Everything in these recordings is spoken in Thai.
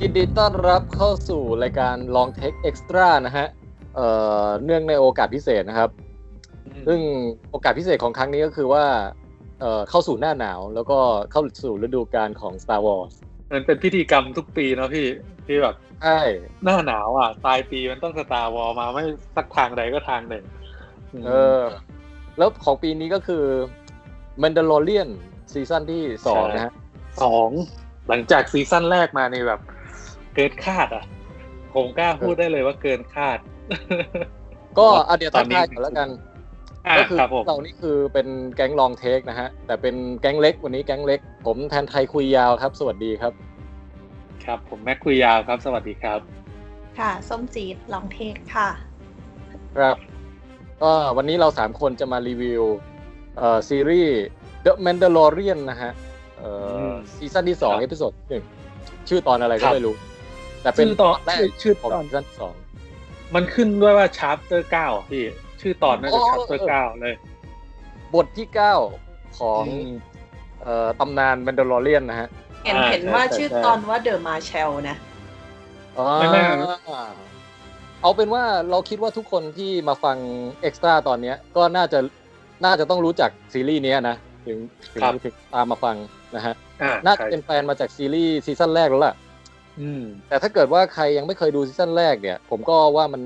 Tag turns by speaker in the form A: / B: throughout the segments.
A: ยินดีต้อนรับเข้าสู่รายการ Long Take Extra นะฮะเอ่อเนื่องในโอกาสพิเศษนะครับ ซึ่งโอกาสพิเศษของครั้งนี้ก็คือว่าเอ่อเข้าสู่หน้าหนาว แล้วก็เข้าสู่ฤดูกาลของ Star Wars
B: มันเป็นพิธีกรรมทุกปีเนาะพี่ที่แบบ
A: ใช่
B: หน้าหนาวอ่ะปลายปีมันต้องสตาร์วอลมาไม่สักทางใดก็ทางหนึ่ง
A: เออ แล้วของปีนี้ก็คือ Mandalorian ซีซั่นที่สองนะฮะ
B: สองหลังจากซีซั่นแรกมาในแบบ เกินคาดอ่ะผมกล้าพูดได้เลยว่าเกินคาด
A: ก็อะเดี๋ยว
B: ตอ
A: ทั
B: น
A: ก
B: นี้
A: ทายก่อนแล้วกัน
B: อ่า
A: ก็คือ
B: ครับผม
A: เรานี่คือเป็นแก๊งลองเทคนะฮะ แต่เป็นแก๊งเล็กวันนี้แก๊งเล็ก ผมแทนไทยคุยยาวครับ สวัสดีครับ
B: ครับ ผมแม็กคุยยาวครับ สวัสดีครับ
C: ค่ะ ส้มจีดลองเทคค่ะ
A: ครับก็วันนี้เราสามคนจะมารีวิวเอ่อซีรีส์ The Mandalorian นะฮะเอ่อ
B: ม
A: อซีซั่นที่สอง
B: ครับ
A: เอพิโซดหนึ่งชื่อตอนอะไร
B: ค
A: ก็
B: รับ
A: ไม่รู้ แต่เป็น
B: ชื่อตอน
A: แรก
B: ชื่อ
A: ของ
B: ตอน
A: ซีซั่นที่สอง
B: มันขึ้นด้วยว่าชาร์ปเตอร์เก้าพี่ ชื่อตอนน่า
A: อ๋
B: จะ
A: อ
B: ชาร์ปเตอร์เก้าเลย
A: บทที่เก้าของ
B: อืม
A: เอ่อตำนาน Mandalorian นะฮะ
C: เห็น
B: อ่า
C: เห็นว่า
A: ใช่
C: ชื่อ
A: ใช่
C: ตอนว่าเดอะมาเชลนะ
B: ไม่ไม่
A: อ่าเอาเป็นว่าเราคิดว่าทุกคนที่มาฟังเอ็กซ์ตร้าตอนเนี้ย ก็น่าจะน่าจะต้องรู้จักซีรีส์เนี้ยนะถึงถึง
B: ครับ
A: ถึงตามมาฟังนะฮะ
B: อ่า
A: น่าจะ
B: ใช่
A: เป็นแฟนมาจากซีรีส์ซีซั่นแรกแล้วล่ะ
B: อืม
A: แต่ถ้าเกิดว่าใครยังไม่เคยดูซีซั่นแรกเนี่ย ผมก็ว่ามัน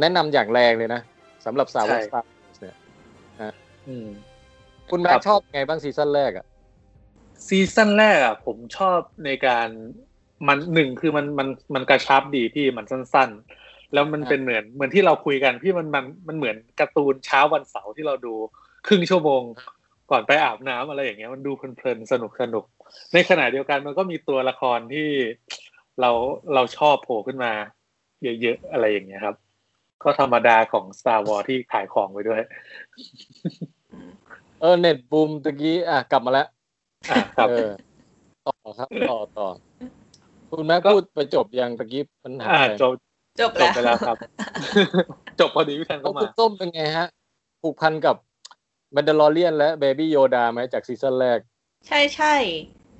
A: แนะนำอย่างแรงเลยนะสำหรับสาวก
B: ใช่
A: สตาร์เนี่ย
B: อืม
A: คุณแม็
B: ครั
A: ก
B: บ
A: ชอบไงบ้างซีซั่นแรกอ่ะ
B: ซีซั่นแรกอ่ะผมชอบในการมันหนึ่งคือมันมันมันกระชับดีพี่มันสั้นๆ แล้วมัน
A: อ่า
B: เป็นเหมือนเหมือนที่เราคุยกันพี่มันมันมันเหมือนการ์ตูนเช้าวันเสาร์ที่เราดูครึ่งชั่วโมง ก่อนไปอาบน้ำอะไรอย่างเงี้ยมันดูเพลินๆสนุกสนุกในขณะเดียวกันมันก็มีตัวละครที่เราเราชอบโผล่ขึ้นมา เยอะๆอะไรอย่างเงี้ยครับ ก็ธรรมดาของ Star Wars ที่ขายของไปด้วย
A: เออเน็ตบูมตะกี้อ่ะกลับมาแล้ว
B: อ่ะครับ
A: เออต่อครับต่อต่อคุณแม็ก
B: ก็
A: พูดไปจบยังตะกี้ปัญหา
B: อ่ะจบ
C: จบ
B: จ
C: แล้ว
B: บไปแล้ว ครับ จบพอดีพี่แทน
A: แล้วคุ
B: เข้ามา
A: ณส้มเป็นไงฮะผูกพันกับแมนดาลอเรียนและเบบี้โยดาไหมจากซีซั่นแรก
C: ใช่ใช่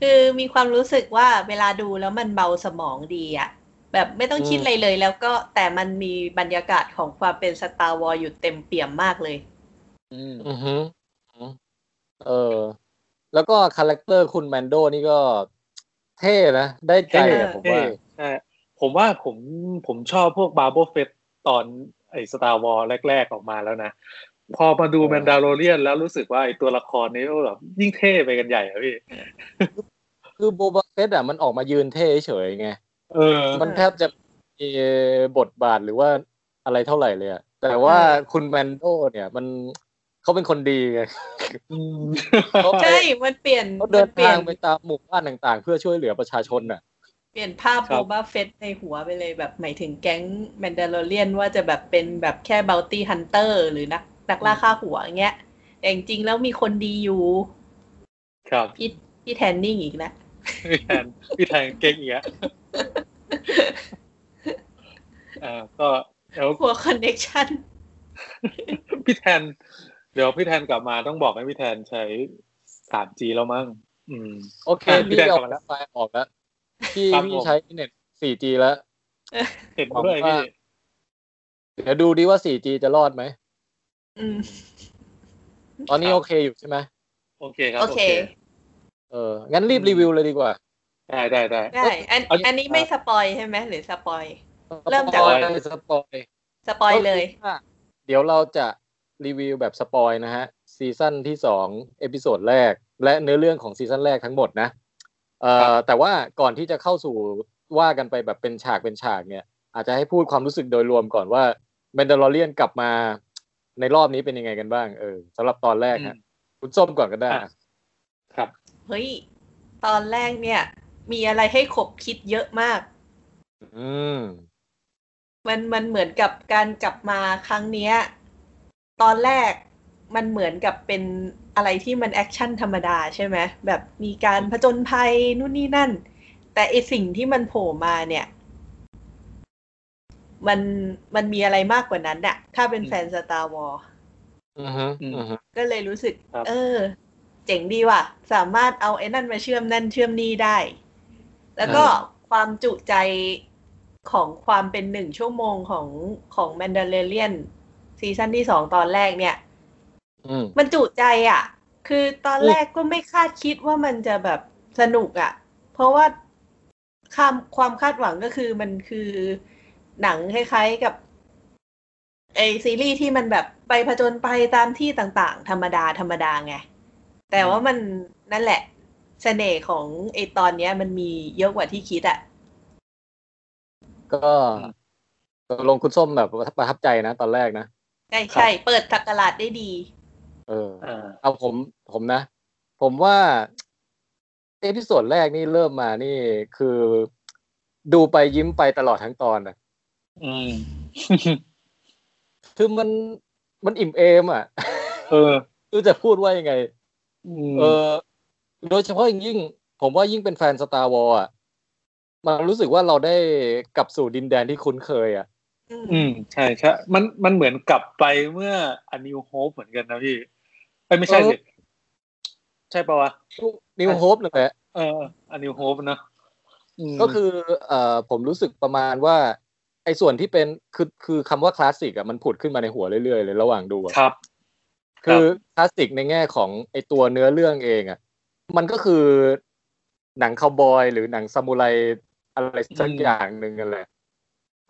C: คือมีความรู้สึกว่าเวลาดูแล้วมันเบาสมองดีอะแบบไม่ต้อง
A: อืม
C: คิดอะไรเลยแล้วก็แต่มันมีบรรยากาศของความเป็นสตาร์วอลอยู่เต็มเปี่ยมมากเลย
B: อืม
A: อือฮึเออ แล้วก็คาแรคเตอร์คุณแมนโดนี่ก็เท่นะ ได้ใจอะ
C: เท่
A: ผม
B: เท่
A: ว่า
B: ใช่ผมว่าผมผมชอบพวกบาร์ e บเฟตตอนไอ้สตาร์วอลแรก ๆ ออกมาแล้วนะ พอมาดู
A: เออ
B: แมนดาโ o เรียนแล้วรู้สึกว่าไอ้ตัวละครนี้ก็แบบยิ่งเท่ไปกันใหญ่อะพี่
A: คือโบบาเฟตอ่ะมันออกมายืนเท่เฉยๆไง
B: เออ
A: มันแทบจะไมมีบทบาทหรือว่าอะไรเท่าไหร่เลยอะแต่ว่าคุณแมนโดเนี่ยมันเขาเป็นคนดีไง เขา
C: ใช่ มันเปลี่ยน
A: เขาเดิน
C: มัเปลี่
A: ทาย ง
C: น
A: ไปตามหมู่บ้านต่างๆ เพื่อช่วยเหลือประชาชนน่ะ
C: เปลี่ยนภาพ
B: ครั
C: โบบ บาเฟตในหัวไปเลยแบบหมายถึงแก๊งแมนดา l o เ i ียนว่าจะแบบเป็นแบบแค่บ o ลตี้ฮันเตอร์หรือนักนักล่าฆ่าหัวอย่างเงี้ยแต่จริงๆแล้วมีคนดีอยู่
B: ครับ
C: พี่พี่แทนนิ่งอีกแล้ว
B: พี่แทนพี่แทนเก่งอีกอะอ่าก็เดี๋ยว
C: หัวคอนเน็ชัน
B: พี่แทน เดี๋ยวพี่แทนกลับมาต้องบอกให้พี่แทนใช้ 3G แล้วมั้งอืม
A: โอเค
B: อ่ะพี่
A: พี่
B: แดน
A: เอา
B: กลับมาแล้ว
A: ไฟล์ออกแล้วพี่
B: ครับ
A: พี่
B: ผม
A: ใช้เน็ต 4G แล้ว
B: เห็นด้วยพี่
A: เดี๋ยวดูดิว่า 4G จะรอดไหม
C: อืม
A: ตอนนี้
B: ครับ
A: โอเคอยู่ใช่ไหม
B: โอเคครับ
C: โอเค
A: เออ งั้นรีบรีวิวเลยดีกว่า
B: ได้ได้ได้
C: ได้ อัน
B: เอา
C: อันนี้ไม่สปอยใช่ไหมหรือสปอย เริ่ม
A: ส
C: จาก
A: ปอยสปอย
C: สปอยเลย
A: ก็คือว่าเดี๋ยวเราจะรีวิวแบบสปอยนะฮะ ซีซั่นที่สองเอพิโซดแรก และเนื้อเรื่องของซีซั่นแรกทั้งหมดนะ เอ่
B: ครั
A: อบ แต่ว่าก่อนที่จะเข้าสู่ว่ากันไปแบบเป็นฉากเป็นฉากเนี่ย อาจจะให้พูดความรู้สึกโดยรวมก่อนว่าแมนดา l อเ i ียนกลับมาในรอบนี้เป็นยังไงกันบ้างเออสำหรับตอนแรกฮะคุณส้มก่อนก็ได้อ่ะ
B: ครับ
C: เฮ้ย ตอนแรกเนี่ย มีอะไรให้ขบคิดเยอะมาก
A: อืม
C: มันมันเหมือนกับการกลับมาครั้งเนี้ย ตอนแรกมันเหมือนกับเป็นอะไรที่มันแอคชั่นธรรมดาใช่ไหมแบบมีการผจญภัยนู่นนี่นั่น แต่ไอสิ่งที่มันโผล่มาเนี่ย มันมันมีอะไรมากกว่านั้นน่ะ ถ้าเป็นแฟนสตาร์วอล
A: อือฮึ
B: อืม
A: อือฮึ
C: ก็เลยรู้สึก
B: ครับ
C: เออ เจ๋งดีว่ะ สามารถเอาไอ้นั่นมาเชื่อมนั่นเชื่อมนี่ได้ แล้วก็ ความจุใจของความเป็นหนึ่งชั่วโมงของของแมนดาเลเรียนซีซั่นที่สองตอนแรกเนี่ย
A: อืม
C: มันจุใจอะ่ะ คือตอนแรกก็ไม่คาดคิดว่ามันจะแบบสนุกอะ่ะ เพราะว่าความความคาดหวังก็คือมันคือหนังคล้ายๆกับไอซีรีส์ที่มันแบบไปผจญไปตามที่ต่างๆ ธรรมดาธรรมดาไง แต่ว่ามันนั่นแหละเสน่ห์ของไอตอนเนี้ย มันมีเยอะกว่าที่คิดอะ่ะ
A: ก็ตกลงคุณส้มแบบประทับใจนะตอนแรกนะ
C: ใช่ใช่เปิดสักราดได้ดี
A: เออ
B: อ่า
A: เอาผมผมนะ ผมว่าเอพิโซดแรกนี่เริ่มมานี่คือ ดูไปยิ้มไปตลอดทั้งตอนนะ
B: อืม
A: คือมันมันอิ่มเอมอ่ะ
B: เออ
A: คือจะพูดว่ายังไง
B: อืม
A: เออ โดยเฉพาะอย่างยิ่ง ผมว่ายิ่งเป็นแฟนสตาร์วอลอ่ะ มันรู้สึกว่าเราได้กลับสู่ดินแดนที่คุ้นเคยอ่ะ
C: อืม
B: อืม ใช่ใช่มันมันเหมือนกลับไปเมื่ออันนิวโฮปเหมือนกันนะพี่เอ้ยไม่ใช่สิ ใช่ปะวะ
A: นิวโฮปนั่นแหละ
B: เอออันนิวโฮปนะม
A: ก็คือเอ่อผมรู้สึกประมาณว่าไอ้ส่วนที่เป็นคือคือคำว่าคลาสสิกอ่ะมันผุดขึ้นมาในหัวเรื่อยๆเลยระหว่างดูอ่ะ
B: ครับ ครับ
A: คือคลาสสิกในแง่ของไอตัวเนื้อเรื่องเองอ่ะ มันก็คือหนังคาวบอย หรือหนังซามูไรอะไรสัก
B: อืม
A: อย่างหนึ่งกันแหละ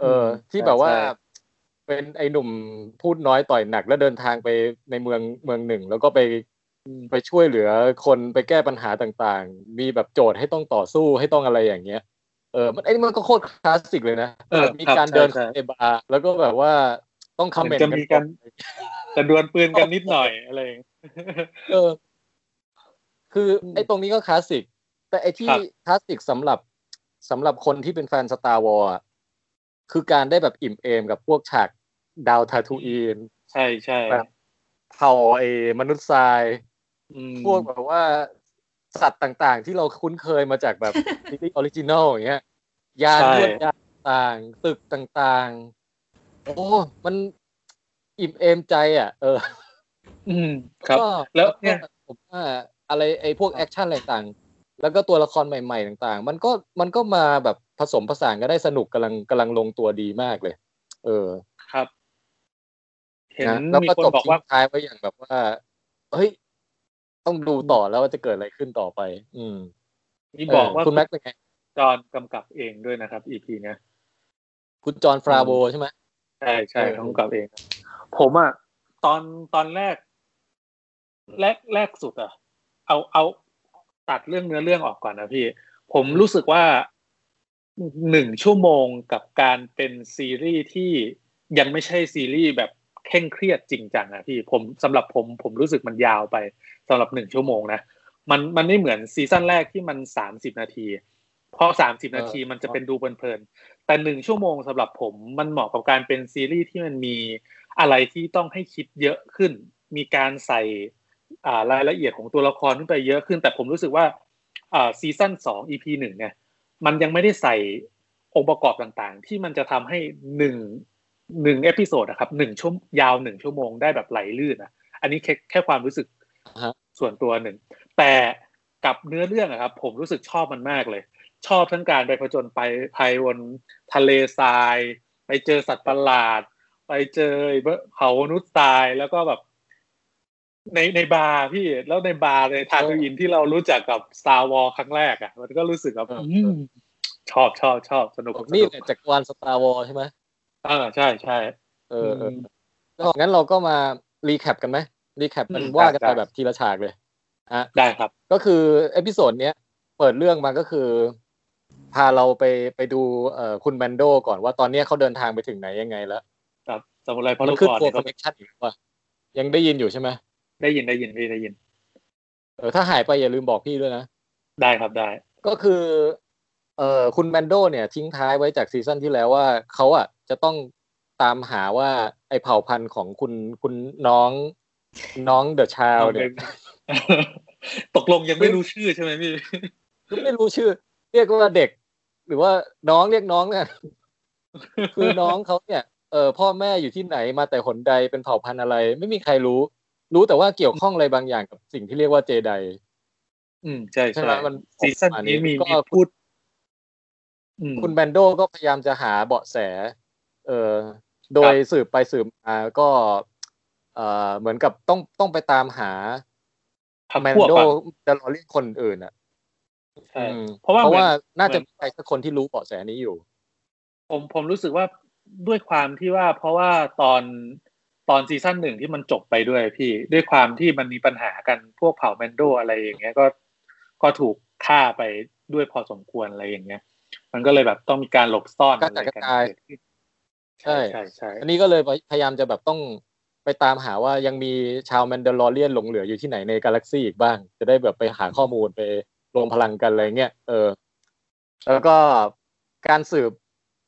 A: เอออ
B: ม
A: ที่แบบว่า
B: ใช่
A: เป็นไอหนุ่มพูดน้อยต่อยหนักแล้วเดินทางไปในเมืองเมืองหนึ่ง แล้วก็ไปไปช่วยเหลือคนไปแก้ปัญหาต่างๆ มีแบบโจทย์ให้ต้องต่อสู้ให้ต้องอะไรอย่างเงี้ย เออมันไอ้นี่มันก็โคตรคลาสสิกเลยนะ
B: เออ
A: แบบมี
B: ครับ
A: การเดิน
B: ใช่ใช่
A: ในบาร์แล้วก็แบบว่าต้องคอม
B: เห
A: เม
B: มือน นจะ
A: ต์กัน
B: มีกันแต่ดวลปืนกันนิดหน่อยอะไรอย่างเงี้ย
A: เออ คืออ
B: ม
A: ไอ้ตรงนี้ก็คลาสสิก แต่ไอ้ที่
B: ครับ
A: คลาสสิกสำหรับสำหรับคนที่เป็นแฟนสตาร์วอลคือการได้แบบอิ่มเอมกับพวกฉากดาวทาทูอีน
B: ใช่ใช่
A: ครับ เผ่าไอ้มนุษย์ทราย
B: อืม
A: พวกแบบว่าสัตว์ต่างๆ ที่เราคุ้นเคยมาจาก แบบ ซีรีส์ออริจินอลอย่างเงี้ย ยานลวดยานต่างๆตึกต่างๆ โอ้ มันอิ่มเอมใจอ่ะ เออ
B: อืมครับ
A: ก็
B: แล้วเนี่ย
A: ผมว่าอะไรไอ้พวกแอคชั่นอะไรต่างๆ แล้วก็ตัวละครใหม่ๆต่างๆ มันก็มันก็มาแบบผสมผสานก็ได้สนุกกำลังกำลังลงตัวดีมากเลย เออ
B: ครับ เห็น
A: นะแล้ว
B: มี
A: ก็
B: คน
A: จบ
B: บอก
A: ทิ้
B: ว่า
A: งท้ายไว้อย่างแบบว่า เฮ้ย ต้องดูต่อแล้วว่าจะเกิดอะไรขึ้นต่อไป อืม
B: มีบอกว่า
A: เคุณแม็กซ์เป็นไง
B: จอนกำกับเองด้วยนะครับ EP เนี้ย
A: คุณจอห์นฟราโวใช่ไหม
B: ใช่ใช่
A: เออ
B: กำกับเอง ผมอ่ะตอนตอนแรก แรกแรกสุดอ่ะ เอาเอาตัดเรื่องเนื้อเรื่องออกก่อนนะพี่ ผมรู้สึกว่าหนึ่งชั่วโมงกับการเป็นซีรีส์ที่ยังไม่ใช่ซีรีส์แบบเคร่งเครียดจริงจังนะพี่ผมสำหรับผม ผมรู้สึกมันยาวไปสำหรับหนึ่งชั่วโมงนะมันมันไม่เหมือนซีซั่นแรกที่มันสามสิบนาที เพราะสามสิบนาทีมันจะเป็นดูเพลินๆ แต่หนึ่งชั่วโมงสำหรับผมมันเหมาะกับการเป็นซีรีส์ที่มันมีอะไรที่ต้องให้คิดเยอะขึ้น มีการใส่อ่ารายละเอียดของตัวละครขึ้นไปเยอะขึ้น แต่ผมรู้สึกว่าอ่าซีซั่นสอง EP หนึ่งเนี่ย มันยังไม่ได้ใส่องค์ประกอบต่างๆ ที่มันจะทำให้หนึ่งหนึ่งเอพิโซดนะครับหนึ่งชั่วยาวหนึ่งชั่วโมงได้แบบไหลลื่นอะอันนี้แค่แค่ความรู้สึก
A: อ่าฮะ
B: ส่วนตัวหนึ่ง แต่กับเนื้อเรื่องอะครับ ผมรู้สึกชอบมันมากเลย ชอบทั้งการไปผจญไปภายบนทะเลทราย ไปเจอสัตว์ประหลาด ไปเจอเขามนุษย์ตายแล้วก็แบบ ในในบาร์พี่แล้วในบาร์ในทาทูอินที่เรารู้จักกับซาวอครั้งแรกอะ่ะ มันก็รู้สึกแบบอืมชอบชอบชอบสนุกส
A: นี่
B: นุก
A: เนี่ยจักรวาลสตาร์วอลใช่ไหม
B: เอ่าใช่ใช่
A: เออเออก็งั้นเราก็มารีแคปกันไหมรีแคปมัน
B: อืม
A: ว่ากันไป
B: ได้
A: แบบทีละฉากเลยฮะ
B: ได้ครับ
A: ก็คือเอพิโซดเนี้ยเปิดเรื่องมาก็คือ พาเราไปไปดูเอ่อคุณแมนโดก่อนว่าตอนเนี้ยเขาเดินทางไปถึงไหนยังไงแล้ว
B: ครับสมุไรพอ
A: มั
B: ลู
A: น
B: ก
A: ขึ้น
B: ก่อน
A: ตัวคอ
B: เนี่ยก็
A: นเนคชั่นอีกว่ายังได้ยินอยู่ใช่ไหม
B: ได้ยินได้ยินพี่ได้ยิน
A: เออถ้าหายไปอย่าลืมบอกพี่ด้วยนะ
B: ได้ครับได้
A: ก็คือเอ่อคุณแมนโดเนี่ยทิ้งท้ายไว้จากซีซั่นที่แล้วว่าเขาอ่ะจะต้องตามหาว่าไอเผ่าพันธุ์ของคุณคุณน้องน้องเดอะชาวเนี่ย
B: ตกลงยังไม่รู้ชื่อใช่ไหมพี่
A: คือไม่รู้ชื่อ เรียกว่าเด็ก หรือว่าน้องเรียกน้องเนี่ย คือน้องเขาเนี่ยเออพ่อแม่อยู่ที่ไหนมาแต่หนใดเป็นเผ่าพันธุ์อะไร ไม่มีใครรู้ รู้แต่ว่าเกี่ยวข้องอะไรบางอย่างกับสิ่งที่เรียกว่าเจได
B: อืมใช่
A: ใช่
B: ใช่
A: ไหมมัน
B: ซีซั่นนี้มี
A: ก็
B: มีพูด อืม
A: คุณแบนโดก็พยายามจะหาเบาะแส เออโดยสืบไปสืบมาก็เออเหมือนกับต้องต้องไปตามหา
B: พรรค
A: แมน
B: พวก
A: โด
B: ปะ
A: จะรอเรียกคนอื่นอ่ะ
B: ใช่
A: อืม
B: เพราะว่า
A: เพราะว่า
B: เหมือน
A: น่าจะมีใครสักคนที่รู้เบาะแสนี้อยู่
B: ผมผมรู้สึกว่าด้วยความที่ว่าเพราะว่าตอนตอนซีซั่นหนึ่งที่มันจบไปด้วยพี่ด้วยความที่มันมีปัญหากันพวกเผ่าแมนโดอะไรอย่างเงี้ยก็ก็ถูกฆ่าไปด้วยพอสมควรอะไรอย่างเงี้ย มันก็เลยแบบต้องมีการหลบซ่อนอะไร
A: กระจัดก
B: กั
A: ระ
B: น
A: จาย
B: เกิดขึ้นใช่
A: ใช่
B: ใช่ใช่
A: อันนี้ก็เลยพยายามจะแบบต้องไปตามหาว่ายังมีชาวแมนดาลอเรียนหลงเหลืออยู่ที่ไหนในกาแล็กซี่อีกบ้าง จะได้แบบไปหาข้อมูลไปรวมพลังกันอะไรเงี้ยเออ แล้วก็การสืบ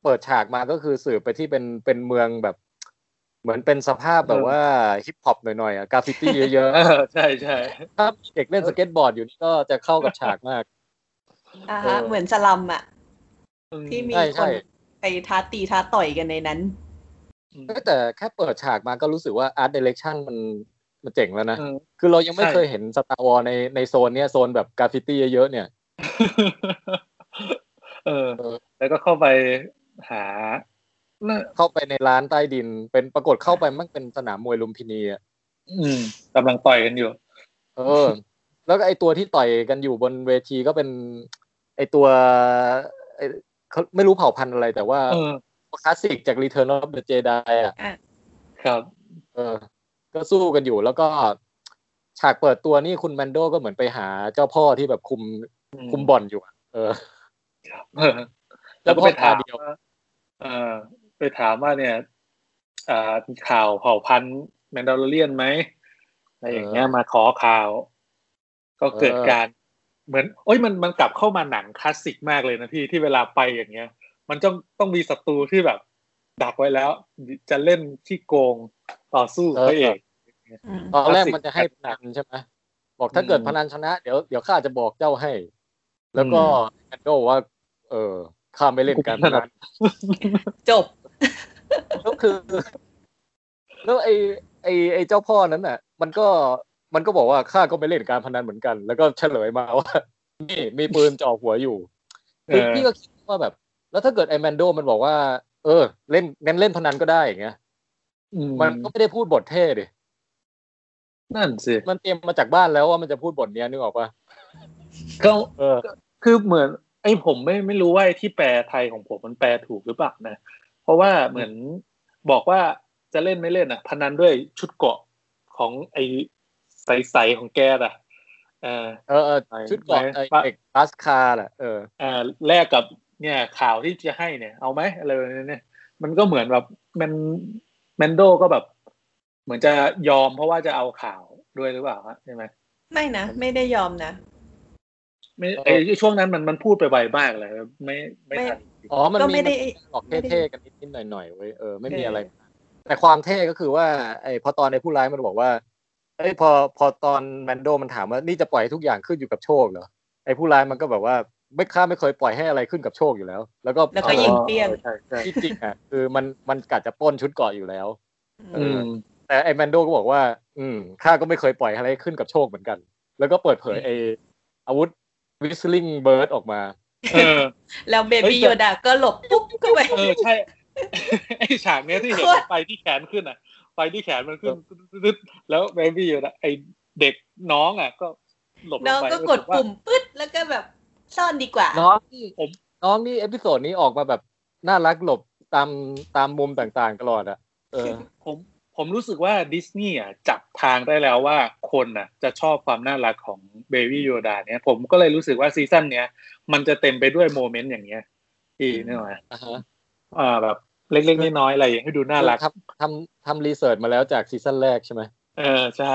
A: เปิดฉากมาก็คือสืบไปที่เป็นเป็นเมืองแบบ เหมือนเป็นสภาพแบบว่าฮิปฮอปหน่อยๆอ่ะกราฟฟิตี้เยอะ
B: เออใช่ใช่
A: ๆถ้าเด็กเล่นสเก็ตบอร์ดอยู่นี่ก็จะเข้ากับฉากมาก
C: อ่า
A: เอ
C: ฮะ
A: อ
C: เหมือนสลัมอ่ะ
B: อืม
C: ที่มี
A: ใช่
C: ค
A: ใช่
C: นไปท้าตีท้าต่อยกันในนั้น
B: อืม
A: เอ้ยแต่แค่เปิดฉากมาก็รู้สึกว่าอาร์ตเดเรคชั่นมันมันเจ๋งแล้วนะ
B: อืม
A: คือเรายังไม่
B: ใช่
A: เคยเห็นสตาร์วอลในในโซนเนี้ยโซนแบบกราฟฟิตี้เยอะๆเนี่ย
B: เออ
A: เออ
B: แล้วก็เข้าไปหา
A: เข้าไปในร้านใต้ดิน เป็นปรากฏเข้าไปมันเป็นสนามมวยลุมพินีอะ
B: อืมกำลังต่อยกันอยู่
A: เออ แล้วก็ไอตัวที่ต่อยกันอยู่บนเวทีก็เป็น ไอตัวไอเขาไม่รู้เผ่าพันธุ์อะไร แต่ว่า
B: เออ
A: คลาสสิกจาก Return of the Jedi อ่ะ
B: ครับ
A: เออ ก็สู้กันอยู่แล้วก็ฉากเปิดตัวนี่คุณแมนโดก็เหมือนไปหาเจ้าพ่อที่แบบคุมคุมบอลอยู่อะเออ
B: เออแล้วก็ไปถามว่าเออไปถามว่าเนี่ยอ่ามีข่าวเผ่าพันธุ์แมนดาร์เลียนไหมอะไรอย่างเงี้ยมาขอข่าว ก็เกิด
A: เออ
B: การ เหมือนโอ้ยมันมันกลับเข้ามาหนังคลาสสิกมากเลยนะพี่ที่เวลาไปอย่างเงี้ย มันต้องต้องมีศัตรูที่แบบ ดักไว้แล้ว จะเล่นที่โกงต่อสู้กับพระเอก
C: อืม
A: ตอนแรก
B: คลาสสิก
A: มันจะให้พนันใช่ไหมบอกถ้า
B: อืม
A: เกิดพนันชนะ เดี๋ยวเดี๋ยวข้าจะบอกเจ้าให้ แล้วก็แอนโดบอกว่า เออข้าไม่เล่นการพนัน
C: จบ
A: ก็คือ แล้วไอไอไอเจ้าพ่อนั้นน่ะ มันก็มันก็บอกว่าข้าก็ไม่เล่นการพนันเหมือนกัน แล้วก็เฉลยมาว่า นี่มีปืนจ่อหัวอยู่คือ
B: เออ
A: พี่ก็คิดว่าแบบ แล้วถ้าเกิดไอแมนโดมันบอกว่า เออ เล่นงั้นเล่นพนันก็ได้อย่างเงี้ย
B: อืม
A: มันก็ไม่ได้พูดบทเท่ดิ
B: นั่นสิ
A: มันเตรียมมาจากบ้านแล้วว่ามันจะพูดบทเนี้ยนึกออกปะ
B: ก็
A: เออ
B: คือเหมือนไอ้ผมไม่ไม่รู้ว่าไอ้ที่แปลไทยของผมมันแปลถูกหรือเปล่านะ เพราะว่าเหมือนบอกว่าจะเล่นไม่เล่นอ่ะ พนันด้วยชุดเกราะของไอ้ใสๆของแกอ่ะเออ
A: เออเออ
B: ไป
A: ชุดเกาะ
B: ไป
A: ไอ
B: ปะ
A: เอกบาสคาร์แหละเออ
B: เออแลกกับเนี่ยข่าวที่จะให้เนี่ย เอาไหมอะไรแบบนี้เนี่ยมันก็เหมือนแบบแมนแมนโดก็แบบ เหมือนจะยอมเพราะว่าจะเอาข่าวด้วยหรือเปล่าฮะใช่ไหม
C: ไม่นะ ไม่ได้ยอมนะ
B: ไม่ไอ้ช่วงนั้นมันมันพูดไปไวมากเลย ไม่ไม่ทัน
A: อ๋อมัน
C: ก็
A: มี
C: ไม่ได้
A: หลอกเท่ๆกันนิดๆหน่อยๆเว้ยเออไม่มี
C: เอออ
A: อะไร แต่ความเท่ก็คือว่า ไอพอตอนในผู้ร้ายมันบอกว่าเอ้ยพอพอตอนแมนโดมันถามว่านี่จะปล่อยให้ทุกอย่างขึ้นอยู่กับโชคเหรอไอผู้ร้ายมันก็แบบว่าไม่ข้าไม่เคยปล่อยให้อะไรขึ้นกับโชคอยู่แล้ว แล้วก็
C: แล้วก็ยิงเปรี้ยง
B: ใช่ใช่
A: ที่จริงอ่ะคือมันมันกัดจะปล้นชุดเกาะอยู่แล้ว เอ
C: อื
A: อ
C: ม
A: แต่ไอแมนโดก็บอกว่า อืมข้าก็ไม่เคยปล่อยอะไรขึ้นกับโชคเหมือนกัน แล้วก็เปิดเผยไออาวุธวิสลิงเบิร์ดออกมา
B: เออ
C: แล้วเบ
B: เฮ้ย
C: บี้
B: แต่
C: โยดาก็หลบปุ๊บเข้าไป
B: เออ ใช่ ไอฉากเนี้ยที่เห็น
C: โคตร
B: ไฟที่แขนขึ้นอ่ะ ไฟที่แขนมันขึ้นตึ๊ดๆแล้วเบบี้อยู่นะไอเด็กน้องอ่ะ ก็หลบล
C: น้อง ง
B: ไป
C: ก็กดปุ่มปึ๊ดแล้วก็แบบซ่อนดีกว่า
A: น้อง
B: ผม
A: น้องนี่เอพิโซดนี้ออกมาแบบน่ารักหลบตามตามมุมต่างๆตลอดอะเออ
B: ผมผมรู้สึกว่าดิสนีย์อ่ะจับทางได้แล้วว่าคนน่ะ จะชอบความน่ารักของเบบี้โยดาเนี่ย ผมก็เลยรู้สึกว่าซีซั่นเนี้ย มันจะเต็มไปด้วยโมเมนต์อย่างเงี้ยที่นี่หรอ
A: อ่าฮะ
B: อ่าแบบเล็กๆน้อยๆอะไรอย่างเงี้ยให้ดูน่ารัก
A: ทำทำทำรีเสิร์ชมาแล้วจากซีซั่นแรกใช่ไหม
B: เออใช่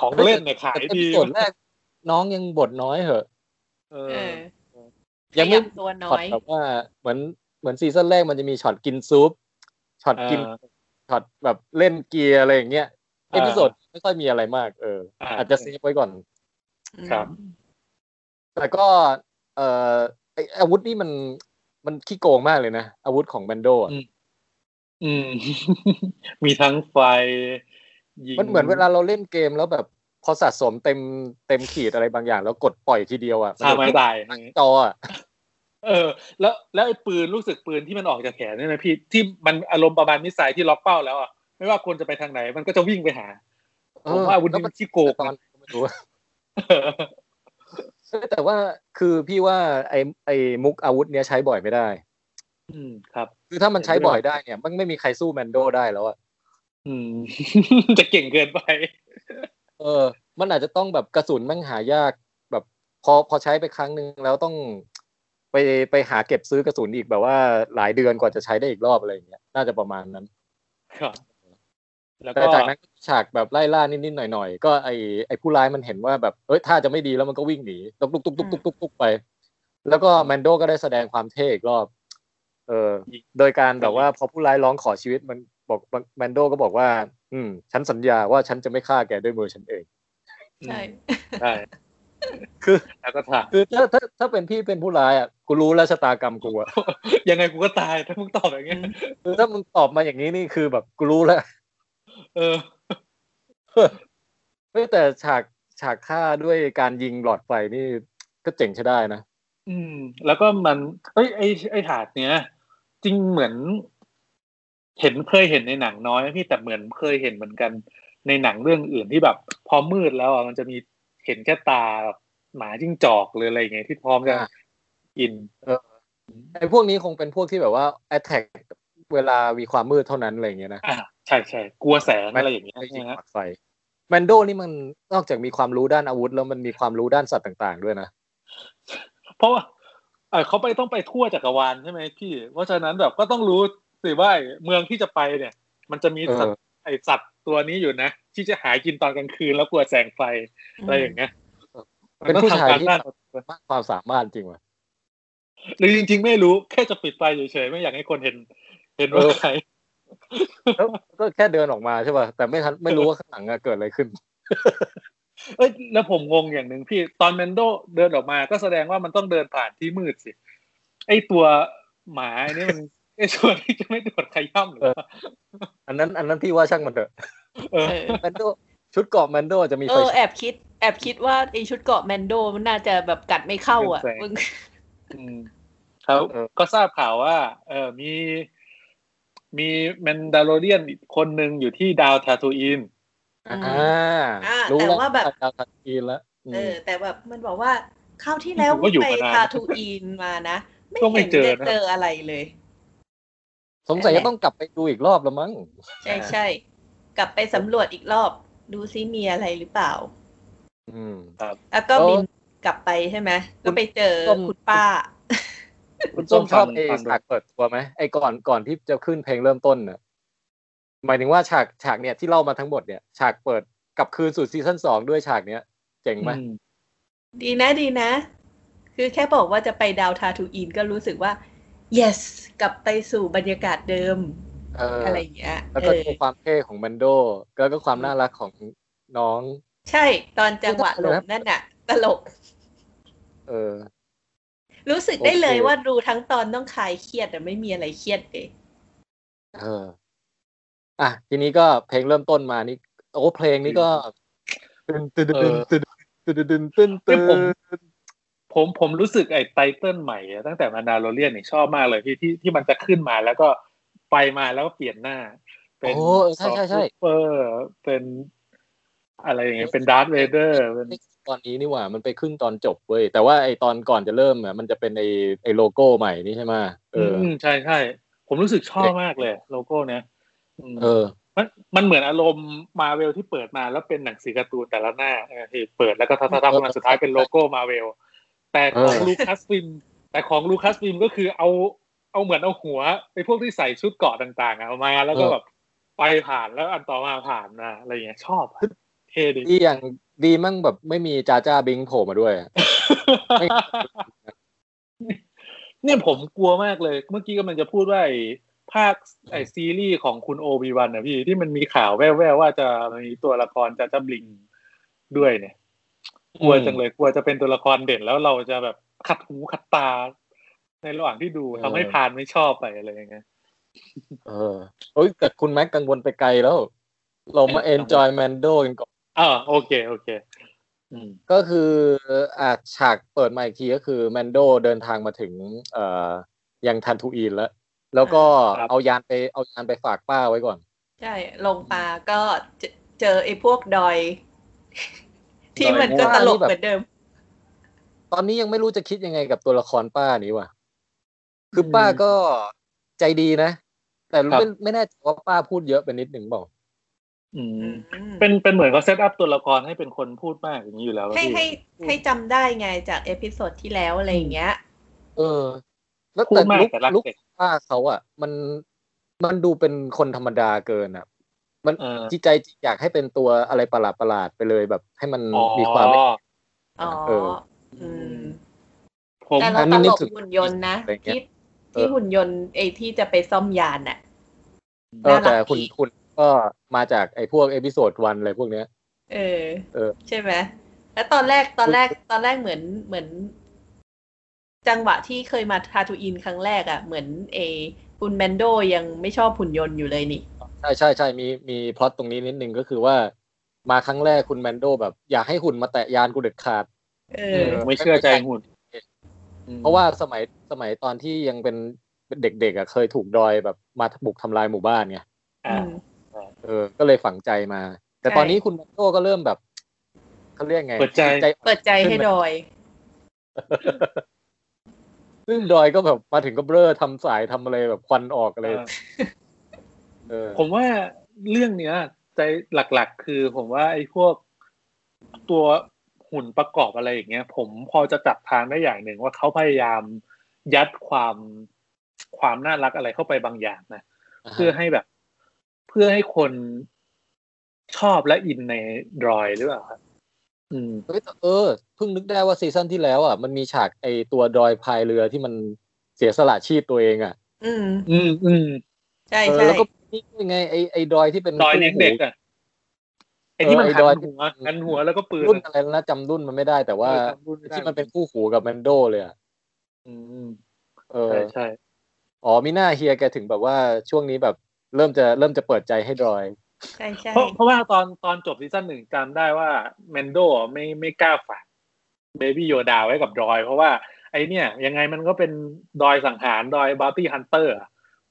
B: ของเล่นเนี่ยขาย
A: แต่เอ
B: ดี
A: พิโซดแรก น้องยังบทน้อยเหอะ
B: เอ
C: เอ
B: อ
C: อ
A: ยั
C: ยัง ง
A: ไม่
C: ไม่ตัวน้
A: ช็อต
C: อย
A: แบบว่าเหมือนเหมือนซีซั่นแรกมันจะมีช็อตกินซุปช็อตกิน
B: อ่า
A: ช็อตแบบเล่นเกียร์อะไรอย่างเงี้ย
B: อ่า
A: เอพิโซดไม่ค่อยมีอะไรมากเออ
B: า
A: อาจจะเซฟไว้ก่อน
B: ครับ
A: แต่ก็เอ่อไอ้อาวุธนี่มันมันขี้โกงมากเลยนะ อาวุธของแบนโดอะ
B: อืม อืม มีทั้งไฟยิง
A: มันเหมือนเวลาเราเล่นเกมแล้วแบบพอสะสมเต็มเต็มขีดอะไรบางอย่าง แล้วกดปล่อยทีเดียวอ่ะ
B: ฆ่าไม้
A: นจะ
B: ตาย
A: ทั้งจออ่ะ
B: เ เออ แล้วแล้วไอ้ปืนรู้สึกปืนที่มันออกจากแขนเนี่ยนะพี่ที่มันอารมณ์ประมาณมิสไซล์ที่ล็อกเป้าแล้วอ่ะไม่ว่าคนจะไปทางไหน มันก็จะวิ่งไปหาผมว่าอาวุธ
A: แล้
B: นี้
A: มั
B: มัน นขี้โกง
A: ตอน
B: นะ
A: ไม่รู้ แต่ว่าคือพี่ว่าไอ้ไอ้มุกอาวุธเนี้ยใช้บ่อยไม่ได้
B: อืมครับ
A: คือถ้ามันใช้บ่อยได้เนี่ย มันไม่มีใครสู้แมนโดได้แล้วอะ
B: อืม จะเก่งเกินไป
A: เออ มันอาจจะต้องแบบกระสุนแม่งหายากแบบ พอพอใช้ไปครั้งหนึ่งแล้วต้องไปไปหาเก็บซื้อกระสุนอีกแบบว่าหลายเดือนกว่าจะใช้ได้อีกรอบอะไรอย่างเงี้ยน่าจะประมาณนั้น
B: ครับ แล้ว
A: แต่
B: ก็
A: จากนั้นฉากแบบไล่ล่านิดๆหน่อยๆก็ไอไอผู้ร้ายมันเห็นว่าแบบเอ้ยท่าจะไม่ดีแล้วมันก็วิ่งหนีตุกตุกตุกตุกตุกตุกตุกไป แล้วก็แมนโดก็ได้แสดงความเท่อีกรอบ เออ โดยการแบบว่าพอผู้ร้ายร้องขอชีวิตมันบอกแมนโดก็บอกว่า อืม ฉันสัญญาว่าฉันจะไม่ฆ่าแกด้วยมือฉันเอง
C: ใช่
B: ใช่
A: คือ
B: แล้วก็ถาม
A: คือถ้าถ้าถ้าเป็นพี่เป็นผู้ร้ายอ่ะกูรู้แล้วชะตากรรมกูอ่ะ
B: ยังไงกูก็ตายถ้ามึงตอบอย่างเงี้ย
A: คือถ้ามึงตอบมาอย่างนี้นี่คือแบบกูรู้แล้ว
B: เออ
A: เฮ้ยแต่ฉากฉากฆ่าด้วยการยิงหลอดไฟนี่ก็เจ๋งใช้ได้นะ
B: อืม แล้วก็มันเอ้ยไอไอถาดเนี้ย จริงเหมือน เห็นเคยเห็นในหนังน้อยนะพี่แต่เหมือนเคยเห็นเหมือนกันในหนังเรื่องอื่นที่แบบ พอมืดแล้วอ่ะมันจะมีเห็นแค่ตาแบบหมาจิ้งจอกหรืออะไรอย่างเงี้ยที่พร้อมจะ
A: อ่า
B: อิน
A: ไอ้พวกนี้คงเป็นพวกที่แบบว่าแอตแทกเวลามีความมืดเท่านั้นอะไรอย่างเงี้ยนะ
B: อ่าใช่ใช่กลัวแสงอะไรอย่างเงี้ย
A: ไม่ยิง
B: นะ
A: หล
B: ฮะ
A: อดไฟแมนโดนี่มันนอกจากมีความรู้ด้านอาวุธ แล้วมันมีความรู้ด้านสัตว์ต่างๆด้วยนะ
B: เพราะว่าเอ่อเขาไปต้องไปทั่วจักรวาลใช่ไหมพี่ เพราะฉะนั้นแบบก็ต้องรู้สิว่าไอ้เมืองที่จะไปเนี่ย มันจะมีสัตว์ไอสัตว์ตัวนี้อยู่นะ ที่จะหากินตอนกลางคืนแล้วกลัวแสงไฟอะไรอย่างเงี้ย
A: เป็นผู้ชายที่
B: มันต้องทำกรบ้น
A: มากความสามารถจริงว่ะ
B: หรือจริง ๆ ไม่รู้แค่จะปิดไฟเฉยๆไม่อยากให้คนเห็น เห็นว่า
A: เออ
B: ใค ร
A: แล้วก็แค่เดินออกมาใช่ป่ะแต่ไม่ทันไม่รู้ว่าข้างหลังอะเกิดอะไรขึ้น
B: เอ้ยแล้วผมงงอย่างหนึ่งพี่ตอนแมนโดเดินออกมาก็แสดงว่ามันต้องเดินผ่านที่มืดสิไอตัวหมาอันนี้มัน ไอส่วนที่จะไม่โดนใครย่ำหรือเปล่า
A: อันนั้นอันนั้นพี่ว่าช่างมันเถอะ
B: เออ
C: เออ
A: แมนโดชุดเกราะแมนโดจะมี
C: เอ
A: ไฟ
C: อแอบคิด แอบคิดว่าไอชุดเกาะแมนโดมันน่าจะแบบกัดไม่เข้าอ่ะมึง
B: ครับก็ทราบข่าวว่า เออมี มีแมนดาโลเรียนอีกคนหนึ่งอยู่ที่ดาวทาทูอิน
A: อ่า
C: อ่า
A: รู้
C: แต่
A: แล้ว
C: ว่าแบบ
A: ดาวทันทีแล้วอืม
C: เออ แต่แบบมันบอกว่าข้าวที่แล้ว
B: ผมก็อยู่
C: ไป
B: มานาน
C: ทาทูอินมานะ
B: ก็ไม่
C: ไม่
B: เจ
C: เห็น
B: อ
C: ได้
B: นะ
C: เจออะไรเลย
A: สงสัย
C: นั่น
A: จะ
C: แหละ
A: ต้องกลับไปดูอีกรอบแล้วมั้ง
C: ใช่ใช่กลับไปสำรวจอีกรอบ ดูซิมีอะไรหรือเปล่า
A: อืม
C: แล้วก็
A: แล้ว
C: บินกลับไปใช่ไหมก็ไปเจอ
A: ส้ม
C: คุณป้า
A: คุณส้มชอบ
B: ฟัง
A: ไอ้
B: ฟังดู
A: ฉากเปิดตัวไหมไอ้ก่อนก่อนที่จะขึ้นเพลงเริ่มต้นน่ะหมายถึงว่าฉากฉากเนี่ยที่เล่ามาทั้งหมดเนี่ย ฉากเปิดกลับคืนสู่ซีซั่นสองด้วยฉากเนี้ยเจ๋งไหม
B: อืม
C: ดีนะดีนะ คือแค่บอกว่าจะไปดาวทาทูอินก็รู้สึกว่า yes กลับไปสู่บรรยากาศเดิม
A: เอออ
C: อะไรอย่างเงี้ย
A: แล้วก็
C: เออ
A: โชว์ความเท่ของแมนโดแล้วก็ความน่ารักของน้อง
C: ใช่ตอนจังหวะหลบนั่นน่ะ ตลก
A: เออ
C: รู้สึกได้เลย
A: โอเค
C: ว่าดูทั้งตอนต้องคลายเครียดแต่ไม่มีอะไรเครียดเลย
A: เออ อ่ะทีนี้ก็เพลงเริ่มต้นมานี่โอ้เพลงนี้ก็ตึนตึนตึนตึนตึนตึนตึนตึน
B: ผมผมรู้สึกไอ้ไตเติ้ลใหม่อะตั้งแต่แมนดาโลเรียนเนี่ยชอบมากเลยที่ที่ที่มันจะขึ้นมาแล้วก็ไปมาแล้วก็เปลี่ยนหน้า เป็น
A: โอ้เออใช่ใช่ใช่
B: เปอร์เป็นอะไรอย่างเงี้ยเป็นดาร์ธเวเดอร์เป็น
A: ตอนนี้นี่หว่ามันไปขึ้นตอนจบเว้ยแต่ว่าไอตอนก่อนจะเริ่มอ่ะมันจะเป็นไอไอโลโก้ใหม่นี่ใช่ไหมเอออ
B: มใช่ใช่ผมรู้สึกชอบมากเลย โลโก้เนี้ยอืม
A: เออ
B: มันมันเหมือนอารมณ์มาเวลที่เปิดมาแล้วเป็นหนังสือการ์ตูนแต่ละหน้าเออที่เปิดแล้วก็ทับทับทับมาสุดท้ายเป็นโลโก้มาเวลแต่ของ
A: เออ
B: ลูคัสฟิล์มแต่ของลูคัสฟิล์มก็คือเอาเอาเหมือนเอาหัวไอ้พวกที่ใส่ชุดเกราะต่างๆอะมาแล้วก็แบบไปผ่านแล้วอันต่อมาผ่านนะอะไรอย่างเงี้ยชอบอะเท่ดี
A: ดีอย่างดีมั่งแบบไม่มีจ้าจ้าบิงโผล่มาด้วย ไม่
B: เนี่ยผมกลัวมากเลย เมื่อกี้ก็มันจะพูดว่าไอ้ภาคไอ้ซีรีส์ของคุณโอบีวันนะพี่ที่มันมีข่าวแว่วๆว่าจะมีตัวละครจะจะบลิงด้วยเนี่ย กลัวจังเลยกลัวจะเป็นตัวละครเด่นแล้วเราจะแบบขัดหูขัดตา ในระหว่างที่ดู
A: เออ
B: ทำให้พานไม่ชอบไปอะไรอย่างเงี้ย
A: เออเอ้ยแต่คุณแม็กกังวลไปไกลแล้ว เรามาเอนจอยแมนโดกันก่อน
B: อ่าโอเคโอเค อืม
A: ก็คืออ่ะฉากเปิดมาอีกทีก็คือแมนโดเดินทางมาถึงเอ่อยังทันทูอีนแล้ว แล้วก็
B: ครับ
A: เอายานไปเอายานไปฝากป้าไว้ก่อน
C: ใช่ ลงมาก็เจอเจอไอ้พวกดอย ที่มันก็ตลกเหมือนเดิม
A: ตอนนี้ยังไม่รู้จะคิดยังไงกับตัวละครป้านี้ว่ะ คือป้าก็ใจดีนะ แต่
B: ครั
A: ไม่
B: บ
A: ไม่แน่ใจว่าป้าพูดเยอะไปนิดหนึ่งเปล่า
B: อืม
C: อืม
B: เป็นเป็นเหมือนเขาเซตอัพตัวละครให้เป็นคนพูดมากอย่างนี้อยู่แล้ว
C: ให้
B: พี่
C: ให้ให้จำได้ไงจากเอพิโซดที่แล้วอะไรอย่างเงี้ย
A: เออ แล้ว
B: พู
A: แต่
B: ดมาก
A: ลุก
B: แต่รัก
A: ลุก
B: เด็ก
A: ป้าเขาอ่ะ มันมันดูเป็นคนธรรมดาเกินอ่ะ มัน
B: เออ
A: จิตใจอยากให้เป็นตัวอะไรประหลาดประหลาดๆไปเลยแบบ ให้มัน
B: อ๋อ
A: มีความ
C: อ๋อ
A: เออ
C: อืม
B: ผม
C: แต่เรา
A: อัน
C: ต
A: นี้นึ
C: ล
A: ก
C: ก
A: ถึง
C: หุ่นยนต์นะ
A: อะไรเงี้
C: ที่
A: ยเออ
C: ที่หุ่นยนต์ไอ้ที่จะไปซ่อมยานน่ะ
A: เออ
C: น่ารัก
A: แต่คุณ
C: ดี
A: คุณก็มาจากไอ้พวกเอพิโซดวันอะไรพวกเนี้ย
C: เออ
A: เออ
C: ใช่ไหมแล้วตอนแรกตอนแรกตอนแรกเหมือนเหมือน จังหวะที่เคยมาทาทูอินครั้งแรกอะ่ะ เหมือนเอคุณแมนโดยังไม่ชอบหุ่นยนต์อยู่เลยนี่
A: ใช่ใช่ใช่มีมีพล็อตตรงนี้นิดนึงก็คือว่า มาครั้งแรกคุณแมนโดแบบ อยากให้หุ่นมาแตะยานกูเด็ดขาด
C: เอ
B: เอ
C: อ
B: อไม่เชื่อใจหุ่นอืม
A: เพราะว่าสมัยสมัยตอนที่ยังเป็นเป็นเด็กๆอ่ะเคยถูกดอยแบบมาบุกทำลายหมู่บ้านไง
B: อ่า
A: เออ ก็เลยฝังใจมา แต่
C: ใช่
A: ตอนนี้คุณแมนโดก็เริ่มแบบเขาเรียกไง
B: เปิดใจ
C: เปิดใจให้ดอย
A: ซึ่งดอยก็แบบมาถึงก็เบ้อทำสายทำอะไรแบบควันออกอะไร
B: เออ
A: เออ
B: ผมว่าเรื่องเนี้ยใจหลักๆ คือผมว่าไอ้พวกตัวหุ่นประกอบอะไรอย่างเงี้ย ผมพอจะจับทางได้อย่างหนึ่งว่าเขาพยายามยัดความความน่ารักอะไรเข้าไปบางอย่างนะ
A: อ่าฮะ
B: เพื่อให้แบบ เพื่อให้คนชอบและอินในรอยหรือเปล่าครับอืม
A: เฮ้ยแต่เออเพิ่งนึกได้ว่าซีซั่นที่แล้วอ่ะมันมีฉากไอตัวดอยพายเรือที่มันเสียสละชีพตัวเองอ่ะ
C: อืม
B: อืมอืม
C: ใช่
A: เออ
C: ใช่
A: แล้วก็นี่ไงไอไอดอยที่เป็น
B: รอยเลี้ยงเด็ก
A: คู่หู
B: อ่ะไอ้ที่มัน
A: เออไอ้
B: หัน
A: ดอย
B: หัวหันหัวแล้วก็ปืน
A: รุ่น
B: อะ
A: อะไรนะจำรุ่นมันไม่ได้แต่ว่า
B: เออทำรุ่นไได้
A: ที่มันเป็นคู่หูกับแมนโดเลยอ่ะ
B: อืม
A: เออ
B: ใช่ใช่
A: อ๋อมิน่าเฮียแกถึงแบบว่าช่วงนี้แบบเริ่มจะเริ่มจะเปิดใจให้ดรอย
C: ใช่ใช่
B: เพราะเพราะว่าตอนตอนจบซีซั่นหนึ่งจำได้ว่าแมนโดไม่ไม่กล้าฝากเบบี้โยดาไว้กับดอย เพราะว่าไอเนี่ย ยังไงมันก็เป็นดอยสังหารดอยบาร์ตี้ฮันเตอร์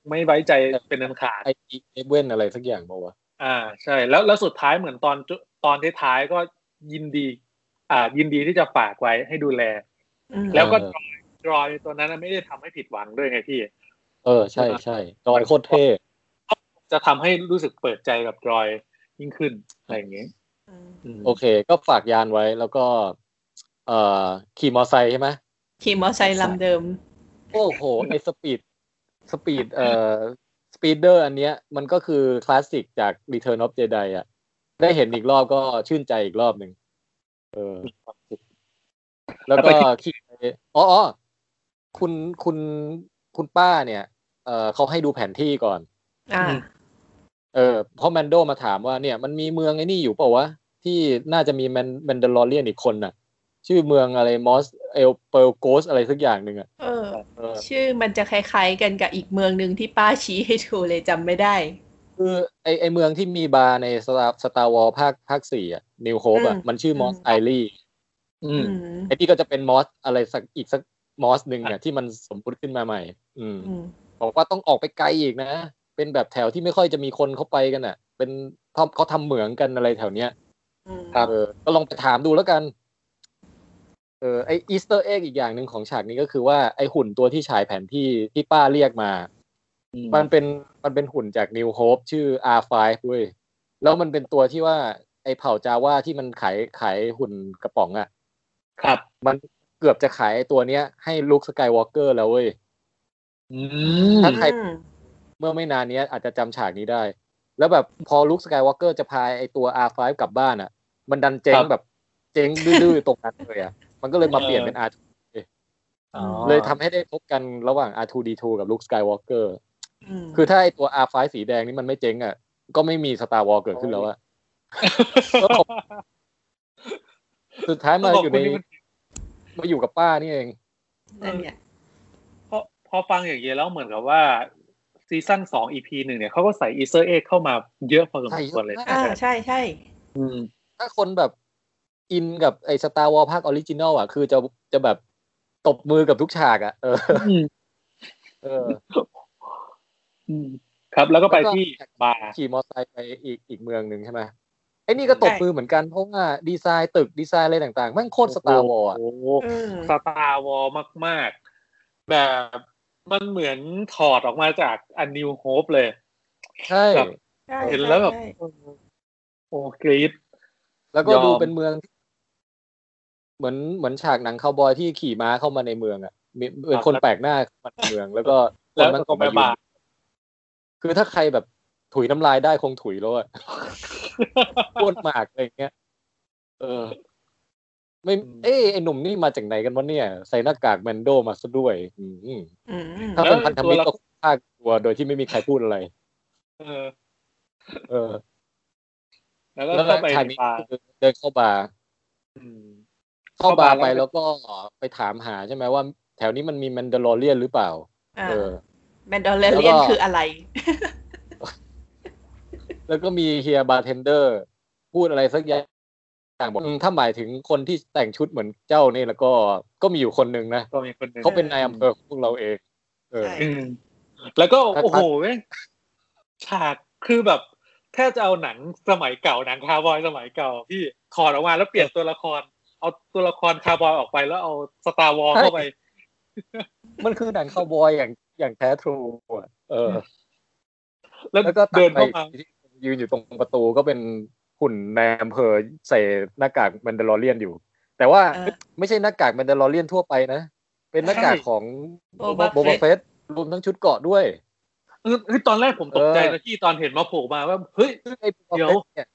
B: ไม่ไว้ใจเป็นอันขาด
A: ไอเอเวนอะไรสักอย่างบอกว่าวะ
B: อ่า ใช่ แล้วแล้วสุดท้ายเหมือนตอนจุตอนท้ายๆก็ยินดี อ่า ยินดีที่จะฝากไว้ให้ดูแล
C: อืม
B: แล้วก็ดอยดอยตัวนั้นนะไม่ได้ทำให้ผิดหวังด้วยไงพี่
A: เออใช่ใช่ดรอยโคตรเท่
B: จะทำให้รู้สึกเปิดใจกับดอยยิ่งขึ้นอะไรอย่างเงี้ย
C: อืม
B: ม
A: โอเค ก็ฝากยานไว้แล้วก็ เอ่อขี่มอไซค์ใช่ไหม
C: ขี่มอไซค์ลำเดิม
A: โอ้โห ไอสปีดสปีดเอ่อสปีดเดอร์อันเนี้ยมันก็คือคลาสสิกจาก Return of Jedi อ่ะ ได้เห็นอีกรอบก็ชื่นใจอีกรอบหนึ่งเออ แล้วก็ขี่ไปอ๋ออ๋อคุณคุณคุณป้าเนี่ย เออเขาให้ดูแผนที่ก่อน
C: อ่า
A: เออเพราะแมนโดมาถามว่าเนี่ยมันมีเมืองไอ้นี่อยู่เปล่าวะ ที่น่าจะมีแมนแมนดาลอเรียนอีกคนน่ะ ชื่อเมืองอะไรมอสเอลเปลโกสอะไรสักอย่างหนึ่งอ่ะ
C: เออ
A: เออ
C: ชื่อมันจะคล้ายๆกันกับอีกเมืองหนึ่งที่ป้าชี้ให้ดูเลยจำไม่ได้
A: คือไอไอเมืองที่มีบาร์ในสตาร์สตาร์วอลภาคภาคสี่อ่ะนิวโฮปอ่ะ
C: อืม
A: มันชื่อ
C: อืม
A: มอสไอรี
B: อื
C: อื
B: ม
C: ม
A: ไอนี่ก็จะเป็นมอสอะไรสักอีกสักมอสหนึ่งอ่ะที่มันสมมติขึ้นมาใหม่ อืม
C: อืม
A: บอกว่าต้องออกไปไกลอีกนะ เป็นแบบแถวที่ไม่ค่อยจะมีคนเข้าไปกันอ่ะ เป็นเขาเขาทำเหมืองกันอะไรแถวเนี้ย
B: ครับ
A: เออก็ลองไปถามดูแล้วกัน เออไออีสเตอร์เอ็กอีกอย่างหนึ่งของฉากนี้ก็คือว่าไอหุ่นตัวที่ฉายแผนที่ที่ป้าเรียกมา
B: อื
A: มันเป็นมันเป็นหุ่นจากนิวโฮปชื่อ R5 เว้ยแล้วมันเป็นตัวที่ว่าไอเผ่าจาว่าที่มันขายขายหุ่นกระป๋องอะ่ะ
B: ครับ
A: มันเกือบจะขายไอตัวเนี้ย ให้ลุคสกายวอล์กเกอร์แล้วเว้ย
B: อืม
A: ถ้าใคร เมื่อไม่นานเนี้ยอาจจะจำฉากนี้ได้ แล้วแบบพอลุคสกายวอล์กเกอร์จะพาไอตัว R5 กลับบ้านอ่ะ มันดันเจ๊ง
B: ครับ
A: แบบเจ๊งดื้อๆตรงนั้นเลยอ่ะ มันก็เลยมาเปลี่ยนเป็น R2
B: อ๋อ
A: เลยทำให้ได้พบกันระหว่าง R2D2 กับลุคสกายวอล์กเกอร์
C: ม
A: คือถ้าไอตัว R5 สีแดงนี่มันไม่เจ๊งอ่ะ ก็ไม่มีสตาร์วอลเกิดขึ้นแล้วอะสุดท้ายมาอยู่ใน
B: ต้องขบคุณที่มัน
A: มาอยู่กับป้านี่เอง
C: นั่นเนี่ย
B: พอพอฟังอย่างเงี้ยแล้วเหมือนกับว่าซีซั่นสองอีพีหนึ่งเนี่ยเขาก็ใส่อีสเตอร์เอ็กเข้ามาเยอะพอสมควรเลย
A: ใช่
C: อ่าใช่ใช่
B: อืม
A: ถ้าคนแบบ อินกับไอ้สตาร์วอลภาคออริจินอลอ่ะ คือจะจะแบบตบมือกับทุกฉากอ่ะเออ
B: อืม
A: เออ
B: อืมครับแล้วก็ไปที่บาร์
A: ขี่มอเตอร์ไซค์ไปอีกอีกเมืองหนึ่งใช่ไหมไอ้นี่ก็ตบมือเหมือนกันเพราะว่าดีไซน์ตึกดีไซน์อะไรต่างๆแม่งโคตรสตาร์วอล
B: โอ้โห
C: อืม
B: สตาร์วอลมาก ๆ แบบมันเหมือนถอดออกมาจากอันนิวโฮปเลย
A: ใช่
B: ครับ
C: ใช่
B: เห็นแล้วแบบ
C: ใช่
B: โอ้โหโอ้กรี๊ด
A: แล้วก็
B: ยอม
A: ดูเป็นเมืองที่เหมือนเหมือนฉากหนังคาวบอยที่ขี่ม้าเข้ามาในเมืองอ่ะมีเป็นคนแปลกหน้าเข้ามาในเมือง แล้วก็ค
B: แล้ว
A: นมัน
B: ก็ไป
A: ยืน
B: บาร์
A: คือถ้าใครแบบถุยน้ำลายได้คงถุยแล้วอ่ะ บ้วนหมากอะไรอย่างเงี้ย เออ ไม่
B: อืม
A: เอ้ยไอ้หนุ่มนี่มาจากไหนกันวะเนี่ย ใส่หน้ากากแมนโดมาซะด้วย อืม
C: อืม
A: ถ้าเป็น
B: แล้ว
A: พันธมิตร
B: ตัวละ
A: ก็ฆ่าตัวโดยที่ไม่มีใครพูดอะไร
B: เออ
A: เออ
B: แล้ว
A: แล้ว
B: ก็เข้าไป
A: ชาย
B: ใน
A: นี้
B: บาร์
A: คือเดินเข้าบาร์
B: อืม
A: เข้าบาร์
B: เข้าบาร์
A: ไป
B: แล้
A: แล้ว วก็ไปถามหาใช่ไหมว่า แถวนี้มันมีแมนดาลอเรียนหรือเปล่า
C: อ่า
A: เออ
C: แมนดาลเลียน
A: แล้วก็
C: คืออะไร
A: แล้วก็มีเฮียบาร์เทนเดอร์ พูดอะไรสักอย่างบอกอืมถ้าหมายถึงคนที่แต่งชุดเหมือนเจ้านี่แล้วก็ก็มีอยู่คนหนึ่งนะ
B: ก็มีคนหนึ่ง
A: เขาเป็นนายอำเภอของพวกเราเอง เออ
C: ใช่
B: อืมแล้วก็
A: ถ้า
B: โอ้โหเว้ยฉากคือแบบแทบจะเอาหนังสมัยเก่าหนังคาร์บอยสมัยเก่าพี่ถอดออกมาแล้วเปลี่ยนตัวละคร เอาตัวละครคาร์บอยออกไปแล้วเอาสตาร์วอลเข้าไป
A: มันคือหนังคาวบอยอย่างอย่างแท้ทรูอะเออ
B: แล้ว
A: แล้วก็ตั
B: เดิ
A: ด
B: น
A: ไป
B: เข้ามา
A: ยืนอยู่ตรงประตูก็เป็นหุ่นนายอำเภอใส่หน้ากากแมนดาลอเรียนอยู่ แต่ว่า
C: เออ
A: ไม่ใช่หน้ากากแมนดาลอเรียนทั่วไปนะ เป็นหน้ากาก
B: ใช่
A: ของ
C: Boba
A: โบบาเฟสรวมทั้งชุดเกราะด้วย
B: เออเฮ้ยตอนแรกผมตกใจ
A: เออ
B: นะที่ตอนเห็นมาโผล่มาว่าเฮ้ย
A: ซึ่งไอ้โบบา
B: เดี๋ยว
A: เฟสเนี่ย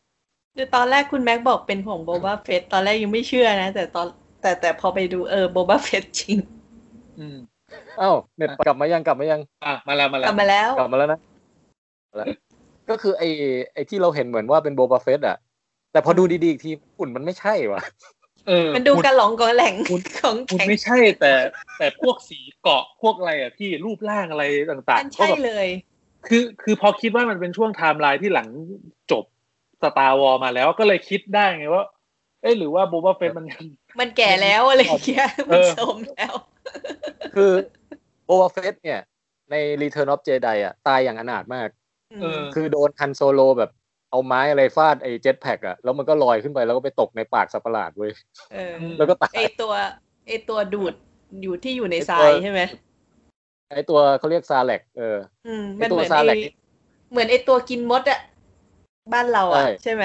C: คือตอนแรกคุณแม็กบอกเป็นของโบบ a าเฟสตอนแรกยังไม่เชื่อนะ แต่ตอนแต่แต่พอไปดูเออโบบาเฟสจริง
B: อืม
A: เอ้าวเน็ตกลับมายังกลับมายัง
B: อ่ะมาแล้วมาแล้
C: กลั
B: ว
C: บมาแล้ว
A: กลับมาแล้วนะแล้วก็คือไอ้ไอ้ที่เราเห็นเหมือนว่าเป็นโบบาเฟสอะแต่พอดูดีๆอีกทีหุ่นมันไม่ใช่ว่ะ
B: เออ
C: มันดู
B: หุ่
C: กระหลองกระแหลงของ
B: หุ่น
C: แข็ง
B: ไม่ใช่แต่แต่พวกสีเกาะพวกอะไรอ่ะพี่รูปร่างอะไรต่าง
C: มัน
B: ๆก็
C: ใช่
B: แบบ
C: เลย
B: คือคือพอคิดว่ามันเป็นช่วงไทม์ไลน์ที่หลังจบสตาร์วอลมาแล้วก็เลยคิดได้ไงว่า เอ้ยหรือว่าบูบาเฟนมัน
C: มันแก่แล้วอะไรอย่างเงี้ย
B: เออ
C: มันโสมแล้ว
A: คือโบบาเฟสเนี่ย ใน Return of Jedi อะตายอย่างอนาถมาก
B: เออ
A: คือโดนฮันโซโลแบบเอาไม้อะไรฟาดไอ้เจ็ตแพ็กอะแล้วมันก็ลอยขึ้นไปแล้วก็ไปตกในปากสัตว์ประหลาดเว้ย
C: เออ
A: แล้วก็ตาย
C: ไอตัวไอตัวดูดอยู่ที่อยู่ในทรายใช่ไหม
A: ไอ้ตัวเขาเรียกซาเล็กเออ
C: อืม
A: ไอ้
C: มัน
A: ตัว
C: เหมือน
A: ซาแหล
C: ไอก
A: นี่
C: เหมือนไอตัวกินมดอะบ้านเราอะ
A: ใช่
C: ใช่ไหม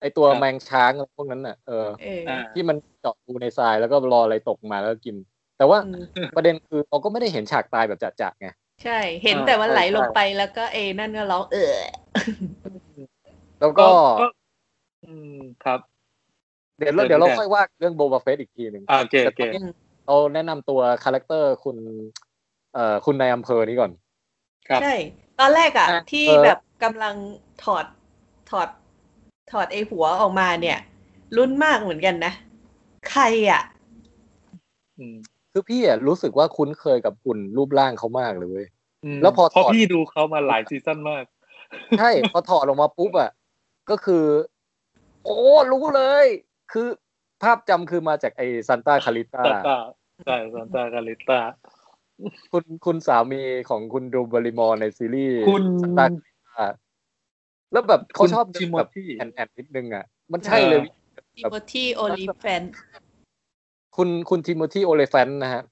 A: ไอ้ตัว
B: ครับ
A: แมงช้างอะไรพวกนั้นอะเออ
C: เออ
B: อ่า
A: ที่มันเจาะรูในทรายแล้วก็รออะไรตกมาแล้วก็กิน แต่ว่า
C: อืม
A: ประเด็นคือเราก็ไม่ได้เห็นฉากตายแบบจัดๆไง
C: ใช่ เห็น
B: อ่า
C: แต่ว่าไหล
A: ใช่
C: ลงไปแล้วก็เอนั่นก็ร้องเออ
A: แล้ว
B: ก็
A: ก็
B: ก็อืมครับ
A: เดี๋ยวเรา
B: เดี๋
A: เดี๋
B: ย
A: ยว ว
B: ดู
A: เรา
B: แทน
A: ค่อยว่าเรื่องโบบาเฟสอีกทีหนึ่ง
B: อ่าโอเคโอเค
A: แต่ตอนนี้ เราแนะนำตัวคาแรคเตอร์คุณเอ่อคุณนายอำเภอนี้ก่อน
B: ครับ
C: ใช่ ตอนแรกอะ
A: อ่ะ
C: ที่
A: เออ
C: แบบกำลังถอดถอดถอดไอหัวออกมาเนี่ยลุ้นมากเหมือนกันนะ ใครอะ
B: อืม
A: คือพี่อะรู้สึกว่าคุ้นเคยกับหุ่นรูปร่างเขามากเลยเว้ย
B: ม
A: แล้วพอ
B: เพราะ
A: ถอด
B: พี่ดูเขามาหลายซีซั่นมาก
A: ใช่ พอถอดออกมาปุ๊บอ่ะ ก็คือ โอ้ รู้เลย คือภาพจำคือมาจากไอซันตาคาริต้า
B: ซานตาใช่ซานตาคาลิตา
A: คุณคุณสามีของคุณดูบริมอร์ในซีรีส์
B: คุณ
A: ซันตาคาริต้าแล้วแบบเขาชอบ
B: ชิโม
A: แบบ
B: ที่
A: แอนแอนนิดนึงอ่ะ มันใช่เลย
B: เออ
C: ติโมธีโอลิแฟน
A: คุณคุณทิโมธีโอเลแฟนนะฮะ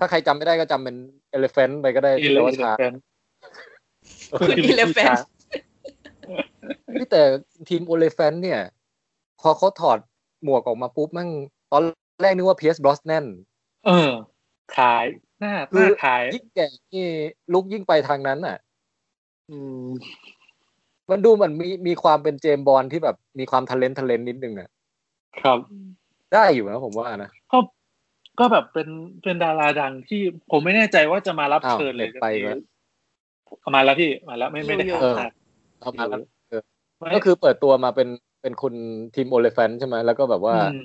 A: ถ้าใครจำไม่ได้ก็จำเป็นเอเลแฟนไปก็ได้
B: อีเล
A: แต่ว่าช้า
B: ฟน
C: คุณอีเลฟเฟน
A: พี่แต่ทีมโอเลแฟนเนี่ย พอเขาถอดหมวกออกมาปุ๊บแมั่งตอนแรกนึกว่าเพียสบรอสแนน
B: เออขายหน้า
A: คื
B: หน้า
A: อ
B: ขาย
A: ยิ่งแก่นี่ลุกยิ่งไปทางนั้นอ่ะ
B: อืม
A: มันดูเหมันมีมีความเป็นเจมส์บอลที่แบบมีความทะเลนทะเลนนิดนึงอ่ะ
B: ครับ
A: ได้อยู่นะผมว่านะ
B: ก็ก็แบบเป็นเป็นดาราดังที่ผมไม่แน่ใจว่าจะมารับ
A: อ้าว
B: เชิญเล
A: เน็
B: ย
A: ตไปแล้ว
B: เอามาแล้วพี่มาแล้วไม่ไม่ได้
C: อยู่
B: ขาด
A: เออ
B: ขาด
A: เอามาแล้วเออ
B: ไม่
A: ก็คือเปิดตัวมาเป็นเป็นคุณทีมโอเลฟ n นใช่ไหมแล้วก็แบบว่า
B: อืม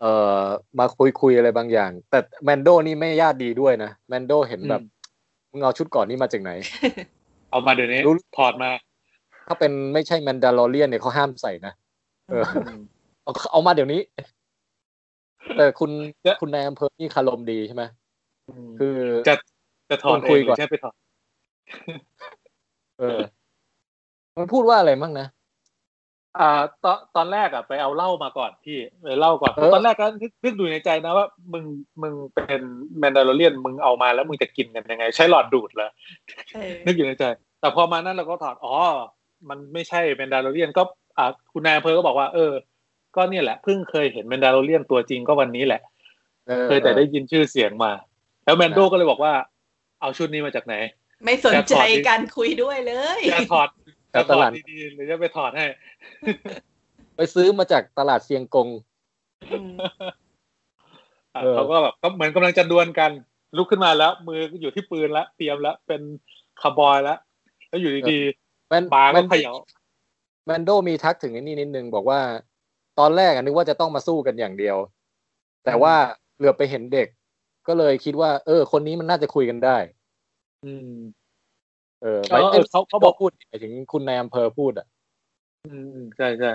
A: เออมาคุยคุยอะไรบางอย่าง แต่แมนโดนี่ไม่ญาติดีด้วยนะแมนโดเห็นแบบมึงเอาชุดก่อนนี่มาจากไหน
B: เอามาเดี๋ยวนี้
A: รู้
B: ถอดมา
A: ถ้าเป็นไม่ใช่แมนดาลอเรียนเนี่ยเขาห้ามใส่นะ เออ
B: ม
A: เอาเอามาเดี๋ย วนี้ แต่คุณ
B: เดี๋ยว
A: คุณนายอำเภอนี่คารมดีใช่ไหมคือ
B: จะจะถอน
A: คุ
B: เอย งห
A: ก่
B: รื
A: อน
B: อใช่ไปถอน
A: เออ มันพูดว่าอะไรมั่งนะ
B: อ่าตอนตอนแรกอ่ะไปเอาเหล้ามาก่อนพี่ไปเหล้าก่อน
A: เออ
B: ตอนแรกก็นึกนึกดูในใจนะว่า มึงมึงเป็นแมนดาร์เลียนมึงเอามาแล้วมึงจะกินกันยังไง ใช้หลอดดูดเหรอ
C: เออ
B: นึกอยู่ในใจ แต่พอมานั้นเราก็ถอดอ๋อมันไม่ใช่แมนดาร์เลียนก็อ่าคุณนายอำเภอก็บอกว่า เออ ก็เนี่ยแหละเพิ่งเคยเห็นแมนดาร์เลียนตัวจริงก็วันนี้แหละ
A: ออ
B: เคยแต่ได้ยินชื่อเสียงมา แล้วแมนโดก็เลยบอกว่า เอาชุดนี้มาจากไหน
C: ไม่สนใจ
B: แต่ขอดิ
C: การคุยด้วยเลย
B: จะถอด
A: แต่
B: จะถ
A: ต
B: อ
A: ลา
B: ด
A: ด
B: ดีๆหรือจะไปถอดให้
A: ไปซื้อมาจากตลาดเซียงกง
C: อืม
B: อ่ะ
A: เออ
B: เขาก็แบบก็เหมือนกำลังจะดวลกัน ลุกขึ้นมาแล้ว มือก็อยู่ที่ปืนแล้วเตรียมแล้วเป็นคาร์บอยแล้วแล้วอยู่ดี
A: แมน
B: ๆบาร์
A: แม
B: ก็
A: น
B: เขย่า
A: แมนโดมีทักถึงไอ้นี่นิดนึงบอกว่า ตอนแรกอะนึกว่าจะต้องมาสู้กันอย่างเดียว แต่ว่าเหลือบไปเห็นเด็ก ก็เลยคิดว่า เออ คนนี้มันน่าจะคุยกันได้
B: อืม
A: เออ
B: เออเออเขาเขาบอก
A: พูดหมายถึงคุณนายอำเภอพูดอ่ะ
B: อืมอืมใช่ใช่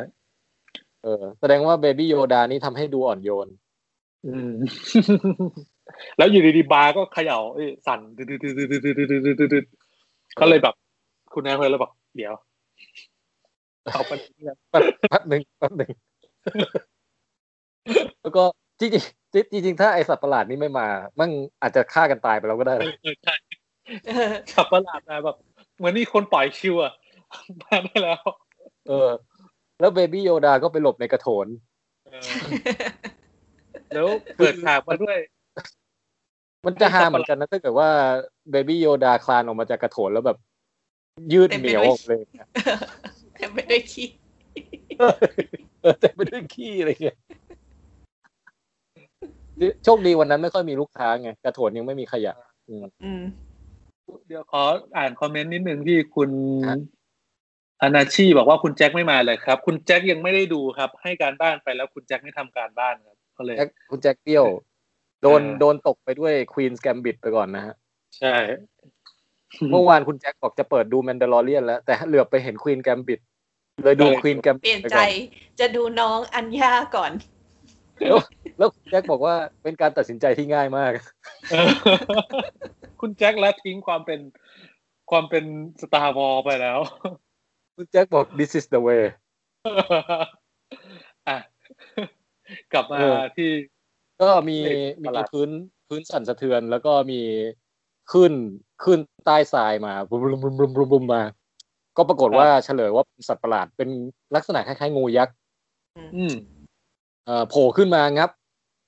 A: เออแสดงว่าเบบี้โยดานี่ทำให้ดูอ่อนโยน
B: อืม แล้วอยู่ดีๆบาร์ก็เขย่าเอ้ยสั่นดึดๆๆๆๆๆๆก็เลยแบบ คุณนายเพื่อนเลยบอกเดี๋ยวเอาไป
A: แป๊บแป๊บหนึ่งแป๊บหนึ่ง แล้วก็จริงจริงจริงจริงถ้าไอสัตว์ประหลาดนี่ไม่มามันอาจจะฆ่ากันตายไปแล้วก็ได้นะ
B: เออใช่
C: เออ
B: ขับประหลาดมาแบบเหมือนนี่คนปล่อยคิวอะมาได้แล้ว
A: เออ แล้วเบบี้โยดาก็ไปหลบในกระโถน
B: เออแล้วเปิดฉากมาด้วย
A: มันจะหาเหมือนกันนะถ้าเกิดว่าเบบี้โยดาคลานออกมาจากกระโถนแล้วแบบ ยืดเหนียวออกเลย
C: เต็มไปด้วยขี้
A: เออแต่ไปด้วยขี้อะไรเงี้ยโชคดีวันนั้นไม่ค่อยมีลูกค้าไงกระโถนยังไม่มีขยะ
C: อืม
B: เดี๋ยวขออ่านคอมเมนต์นิดนึงที่คุณ
A: ครับ
B: อนาชีบอกว่าคุณแจ็คไม่มาเลยครับ คุณแจ็คยังไม่ได้ดูครับ ให้การบ้านไปแล้วคุณแจ็คไม่ทำการบ้านครับก็เลย
A: แจ็คคุณแจ็คเปี้ยว โดน
B: เออ
A: โดนตกไปด้วยควีนสแกมบิดไปก่อนนะฮะ
B: ใช่
A: เมื่อวานคุณแจ็คบอกจะเปิดดูแมนดา l อเ i ียนแล้ว แต่เหลือบไปเห็นควีนแกมบิดเลยดูควีนแกม
C: เปลี่ยนใจจะดูน้องอัญญาก่อน
A: แล้วคุณแจ็คบอกว่าเป็นการตัดสินใจที่ง่ายมาก
B: เออ คุณแจ็คละทิ้งความเป็นความเป็นสตาร์วอลไปแล้ว
A: คุณแจ็คบอก this is the way
B: อ่ะกลับมา
A: เออ
B: ที่
A: ก็มี
B: เฮ้ย
A: มี
B: ประหลาด
A: พื้นพื้นสั่นสะเทือน แล้วก็มีขึ้นขึ้นใต้ทรายมาบุมบุมบุมบุมบุมบุมมา ก็ปรากฏว่าเฉลยว่าเป็นสัตว์ประหลาดเป็นลักษณะคล้ายๆงูยักษ์
B: อืม
A: เอ่อโผล่ขึ้นมางับ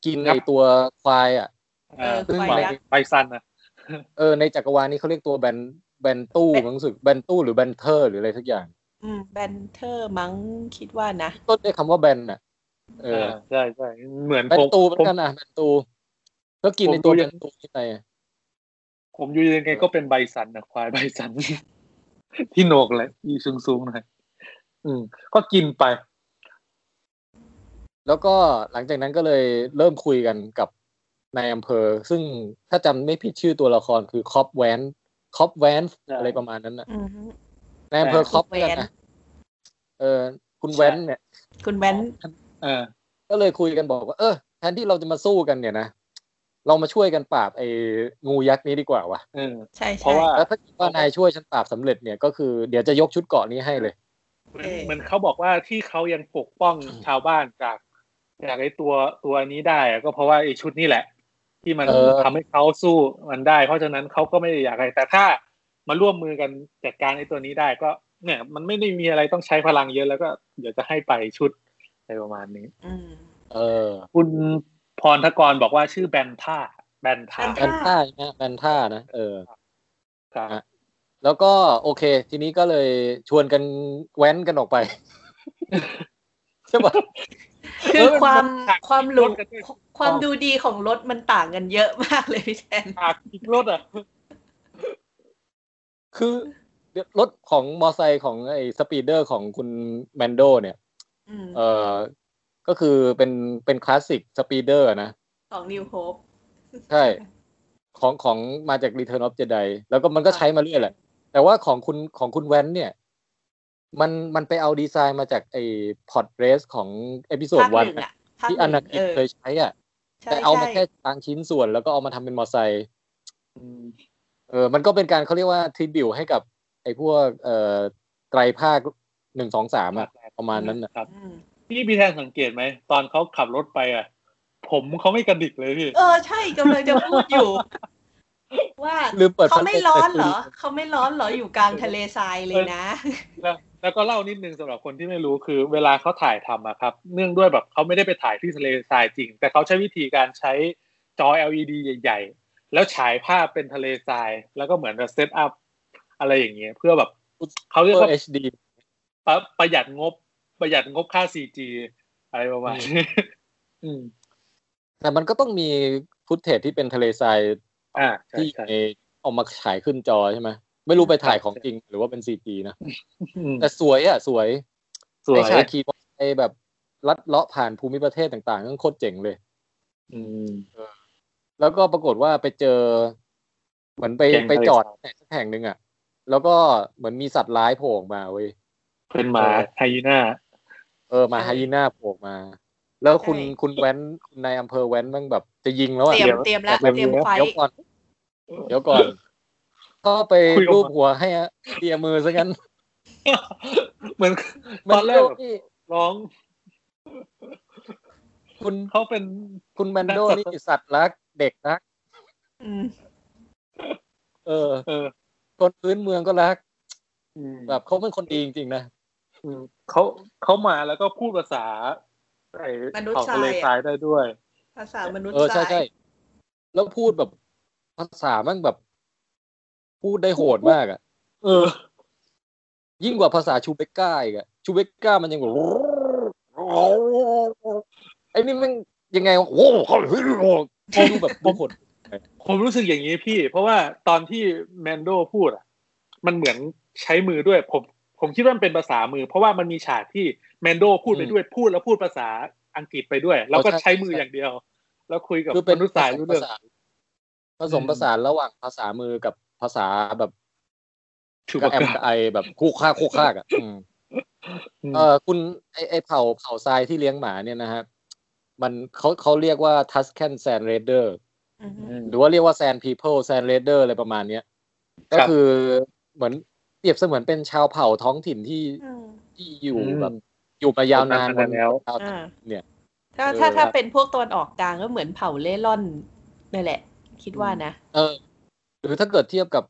A: กิน
B: งั
A: ใน
B: บ
A: ตัวควายอ่ะ
C: เออ
B: ซึ่ง
C: ควายยักษ์
B: ไปซันนะ
A: เออในจักรวาลนี้เขาเรียกตัวแบนแบนตู้มั้งรู้สึกแบนตู้หรือแบนเทอร์หรืออะไรสักอย่าง
C: อืมแบนเทอร์มั้งคิดว่านะ
A: ต้นด้วยคำว่าแบนน่ะ เอ
B: เอ
A: อ
B: อใช่ใช่เหมือน
A: แบน
B: ผม
A: ตูเหมือ
B: ผ
A: น
B: ม
A: กันอ่ะแบนตู แล้วกินในตัว
B: ผมดู
A: แบ
B: ยัง
A: นตูที่ไหนอะ
B: ผมอยู่ยังไงก็เป็นไบสันนะควายไบสัน ที่โหนกเลยอีสูงสูงๆหน่อยอืม ก็กินไป
A: แล้วก็หลังจากนั้นก็เลยเริ่มคุยกันกับนายอำเภอ ซึ่งถ้าจำไม่ผิดชื่อตัวละครคือคอปแวนคอปแวน
B: ใช่
A: อะไรประมาณนั้นน่ะ
C: อืมฮึ
A: นายอำเภอคอป
C: ใช่
A: แวนนะเออ คุณ
B: ใช่
A: แวนเนี่ย
C: คุณแว้น
B: เออ
A: ก็เลยคุยกันบอกว่า เออแทนที่เราจะมาสู้กันเนี่ยนะเรามาช่วยกันปราบไอ้งูยักษ์นี้ดีกว่าวะ
B: เออ
C: ใช่
B: เพราะ
C: ใช่
B: ว่า
A: แล้วถ้าเกิดว่านายช่วยฉันปราบสำเร็จเนี่ยก็คือเดี๋ยวจะยกชุดเกราะนี้ให้เลย
B: เห
C: เอ
B: มือน
C: อ
B: เหมือนเขาบอกว่าที่เขายังปกป้องชาวบ้านจากจากไอ้ตัวตัวนี้ได้อะก็เพราะว่าไอ้ชุดนี่แหละ ที่มัน
A: เออ
B: ทำให้เขาสู้มันได้ เพราะฉะนั้นเขาก็ไม่ได้อยากอะไรแต่ถ้ามาร่วมมือกันจัดการไอ้ตัวนี้ได้ก็ เนี่ย มันไม่ได้มีอะไรต้องใช้พลังเยอะแล้วก็เดี๋ยวจะให้ไปชุดอะไรประมาณนี้
C: อืม
A: เออ
B: คุณพรทกรบอกว่าชื่อแบนท่าแบนท่า
C: แบ
A: แบนท่าใช่ไหมแบนท่านะเออ
B: ครับ
A: แล้วก็โอเค ทีนี้ก็เลยชวนกันแว้นกันออกไป ใช่ปะ
C: คือความ
B: เออ
C: ความหลุ
B: ร
C: ด
B: ถกันด้วย
C: ความดูดีของรถมันต่างกันเยอะมากเลยพี่แทน
B: ฉากอีกรถอ่ะ
A: คือรถของมอไซค์ของไอ้สปีดเดอร์ของคุณแมนโดเนี่ย
C: อืม
A: เออก็คือเป็นเป็นคลาสสิกสปีดเดอร์นะ
C: ของนิวโฮป
A: ใช่ ของของมาจาก Return of Jedi แล้วก็มันก็ใช้มาเรื่อยแหละ แต่ว่าของคุณของคุณแว้นเนี่ย มันมันไปเอาดีไซน์มาจากไอ้พอดเรสของเอพิโซด
C: ภาค
A: วัน
C: หนึ่ง
A: อะ
C: อ่ะภาค
A: ที่
C: ห
A: อ
C: นึ่ง
A: นาคิ
C: เออ
A: เคยใช้อ่ะ
C: ใช่
A: แต่เอามา
C: ใช่
A: แค่บางชิ้นส่วนแล้วก็เอามาทำเป็นมอไซค์
B: อืม
A: เออมันก็เป็นการเขาเรียกว่าทริบิวให้กับไอ้พวกเอ่อไตรภาคหนึ่งสองสามอะประมาณนั้นนะครับ
C: อืม
B: พี่พี่แทนสังเกตไหม ตอนเขาขับรถไปอ่ะ ผมเขาไม่กระดิกเลยพี่
C: เออใช่กำลังจะพูดอยู่ ว่า
A: ลืมเปิด
C: เขาไม่ร้อนเหรอ
A: พัดลม
C: เขาไม่ร้อนเหรออยู่กลางทะเลทรายเลยนะ
B: แล้วแล้วก็เล่านิดนึงสำหรับคนที่ไม่รู้คือเวลาเขาถ่ายทำอะครับ เนื่องด้วยแบบเขาไม่ได้ไปถ่ายที่ทะเลทรายจริง แต่เขาใช้วิธีการใช้จอ LED ใหญ่ ๆ แล้วฉายภาพเป็นทะเลทราย แล้วก็เหมือนจะเซตอัพอะไรอย่างเงี้ยเพื่อแบบเขา
A: เป
B: เรียก
A: อ
B: ว่า
A: ร์ HD
B: ประประหยัดงบ ประหยัดงบค่า 4G อะไรประมาณนี้ อืม
A: แต่มันก็ต้องมีฟุตเทจที่เป็นทะเลทราย
B: อ่าใช่
A: ที่
B: ใช่
A: ในเอามาฉายขึ้นจอใช่ไหมไม่รู้ไปถ่ายของจริงหรือว่าเป็นซีจีนะ
B: อืม
A: แต่สวยอ่ะ สวย
B: สวย
A: ไอ้ฉากขี่มอเตอร์ไซค์แบบลัดเลาะผ่านภูมิประเทศต่างๆนั่นโคตรเจ๋งเลย
B: อืม
A: แล้วก็ปรากฏว่าไปเจอ เหมือนไป
B: แก๊ง
A: ไป
B: ทะเล
A: จอด
B: ทรา
A: แห่
B: ย
A: งสักแห่งหนึ่งอ่ะ แล้วก็เหมือนมีสัตว์ร้ายโผล่ออกมาเว้ย
B: เป็นหมาไฮยีน่า
A: เออมา
C: ใช่
A: ไฮยีน่าโผล่ออกมา แล้วคุณ
C: ใช่
A: คุณแว้นคุณนายอำเภอแว้นแมันแบบ จะยิงแล้วอ่ะ
C: เตรีย
A: เดี๋
C: ม
A: ยว
C: เตรียมแล้ว
B: แบบ
C: เตรียม
B: นี้นะ
C: ไฟ
A: เดี๋ยวก่อน เดี๋ยวก่อน ก็ไป
B: คุยกับ
A: รูปหัวให้อะเตียมือซะงั้น
B: เหมือน
A: มั
B: ตอนแรก
A: โย
B: แบบ
A: ที่
B: ร้อง
A: คุณ
B: เขาเป็น
A: คุณแมนโดนี่สัตว์รักเด็กรัก
C: อืม
A: เออ
B: เออ
A: คนพื้นเมืองก็รัก
B: อืม
A: แบบเขาเป็นคนดีจริงๆนะ
B: อืมเขาเขามาแล้วก็พูดภาษาไอ้เผ่าทะเลทรายได้ด้วย
C: ภาษามนุษย์
A: เออ
C: ท
A: ใช่
C: ราย
A: ใช่แล้วพูดแบบภาษามันแบบ พูดได้โหดมากอ่ะ
B: เออ
A: ยิ่งกว่าภาษาชูเบกก้าอีกอ่ะชูเบกก้ามันยังแบบไอ้นี่มันยังไงวะโอ้โหเขาดูแบบดูโหด
B: ผมรู้สึกอย่างนี้พี่ เพราะว่าตอนที่แมนโดพูดอ่ะ มันเหมือนใช้มือด้วย ผม ผมคิดว่ามันเป็นภาษามือ เพราะว่ามันมีฉากที่แมนโดพูดไปด้วยพูดแล้วพูดภาษาอังกฤษไปด้วย แล้วก็ใช้มืออย่างเดียว แล้วคุยกับ
A: คือ
B: ม
A: เป็น
B: นุษย์ทรายรู้
A: ภา
B: เรื่อง
A: ษาผสมผสานระหว่างภาษามือกับภาษาแบบ
B: ชู
A: กั
B: ปา
A: บแอม
B: กา
A: กับไอแบบคู่ค่าคู่ค่าอ่ะอืม เออคุณไอไอเผ่าเผ่าทรายที่เลี้ยงหมาเนี่ยนะครับมันเขาเขาเรียกว่า Tuscan Sand Raider
C: อืม
A: หรือว่าเรียกว่า Sand People Sand Raider อะไรประมาณเนี้ยก็คือเหมือนเปรียบเสมือนเป็นชาวเผ่าท้องถิ่นที่
C: อืม
A: ที่อยู่แบบ อยู่มายาวนาน
B: มาแล้ว
A: บนดาว
C: อ่า
A: เนี่ย
C: ถ้าถ้าถ้าเป็นพวกตอนออกกลางก็เหมือนเผ่าเล่ร่อนนั่นแหละ คิดว่านะ
A: เออ หรือถ้าเกิดเทียบกับ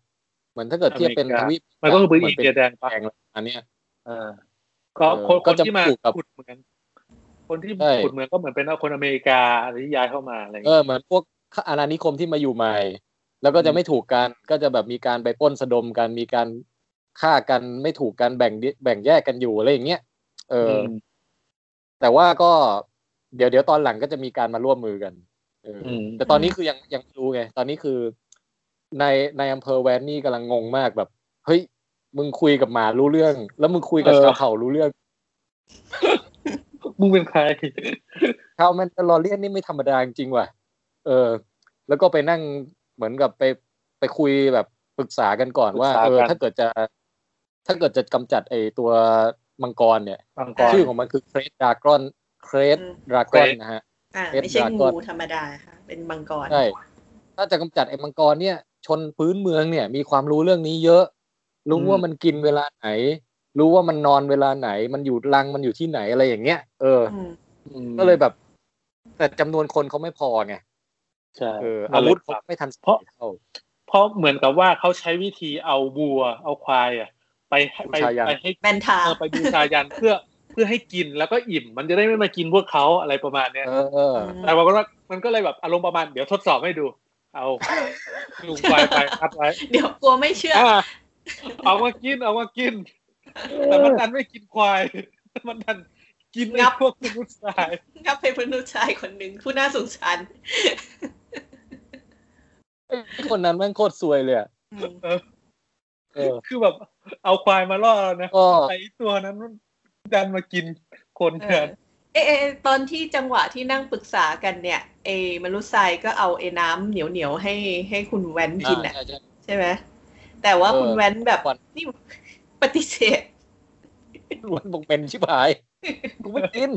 A: เหมือนถ้าเกิดเทียบเป็น
B: อเมริ
A: ท
B: กา
A: วีป
B: มันก็คือพื้น
A: ห
B: อิน
A: เป็
B: เดียแดงปะ
A: แดงอันเนี้ย
B: เออก็
A: เออ
B: คน
A: ก็
B: คน
A: จะ
B: ที่มา
A: ปลูกกับ
B: ขุดเหมือนคนที่
A: ใช่
B: ขุดเหมือนก็เหมือนเป็นคนอเมริกาอะไรที่ย้ายเข้ามาอะไรอย่าง
A: เอ
B: เงี้ย
A: อเหมือนพวกอาณานิคมที่มาอยู่ใหม่ แล้วก็จะ
B: อืม
A: ไม่ถูกกันก็จะแบบมีการไปปล้นสะดมกันมีการฆ่ากันไม่ถูกกันแบ่งดิแบ่งแยกกันอยู่อะไรอย่างเงี้ยเอออ
B: ม
A: แต่ว่าก็เดี๋ยวเดี๋ยวตอนหลังก็จะมีการมาร่วมมือกันเอออ
B: ม
A: แต่ตอนนี้คือยังยังไม่รู้ไงตอนนี้คือในในอำเภอแวนนี่กำลังงงมากแบบ เฮ้ยมึงคุยกับหมารู้เรื่อง แล้วมึงคุยกับชาวเผ่ารู้เรื่อง
B: มึงเป็นใคร
A: ชาวแมนตาลอเรียนนี่ไม่ธรรมดาจริงๆว่ะ เออ แล้วก็ไปนั่งเหมือนกับไปไปคุยแบบปรึกษากันก่อนว่า
B: ปรึกษา
A: เออ
B: กัน
A: ถ้าเกิดจะ ถ้าเกิดจะกำจัดไอตัวมังกรเนี่ย
B: บางกร
A: ชื่อของมันคือเครสดากรอนเครส
C: อืม
A: ดากรอน
B: Crate
A: นะฮะ
C: อ่า
A: Red
C: ไม่ใช่
A: Dragon
C: งูธรรมดาค่ะ เป็นมังกร
A: ใช่ ถ้าจะกำจัดไอ้มังกรเนี่ย ชนพื้นเมืองเนี่ย มีความรู้เรื่องนี้เยอะ รู้
B: อืม
A: ว่ามันกินเวลาไหน รู้ว่ามันนอนเวลาไหน มันอยู่รังมันอยู่ที่ไหนอะไรอย่างเงี้ย เออ
C: อืม
B: อืม
A: ก็เลยแบบ แต่จำนวนคนเขาไม่พอไง
B: ใช่
A: เออ
B: อา
A: อา
B: วุ
A: วุ
B: ธ
A: ธเขาไม่ทันเท่า
B: เพราะเหมือนกับว่าเขาใช้วิธีเอาวัว เอาควายอ่ะ ไป
A: บู
B: ไป
A: ชายัน
B: ไปให้
C: แมนทา
B: เออไปบูชายันเพื่อเพื่อให้กินแล้วก็อิ่ม มันจะได้ไม่มากินพวกเขาอะไรประมาณเนี้ย
A: เออเออ
B: แต่ปรากฏว่ามันก็เลยแบบอารมณ์ประมาณเดี๋ยวทดสอบให้ดู เอาลุงควายไปอัดไว้
C: เดี๋ยวกลัวไม่เชื่อ
B: อ่ะเอามากินเอามากิน แต่มันดันไม่กินควาย มันดันกิน
C: งั
B: ไอ้
C: บ
B: พวกมนุษย์ทราย
C: งับเป็นมนุษย์ชายคนหนึ่งผู้น่าสงสาร
A: ไอ้คนนั้นแม่งโคตรซวยเลยอะ
C: อืม
A: เออ
B: คือแบบ เอาควายมาล่อเรานะ
A: ก็
B: แต่ไอ้ตัวนั้นมันดันมากินคน
C: เอ
B: แท
C: อน เอะเอะตอนที่จังหวะที่นั่งปรึกษากันเนี่ยเอมนุษย์ทรายก็เอาไอ้น้ำเหนียวเหนียวๆให้ให้คุณแว้นกินอ่ะ
A: ใช่ ใช่
C: ใช่ไหมแต่ว่า
A: เออ
C: คุณแว้นแบบ
A: ก่อน
C: นี่ปฏิเสธ
A: ล้วนบอกเป็นชิบหาย กูไม่กิน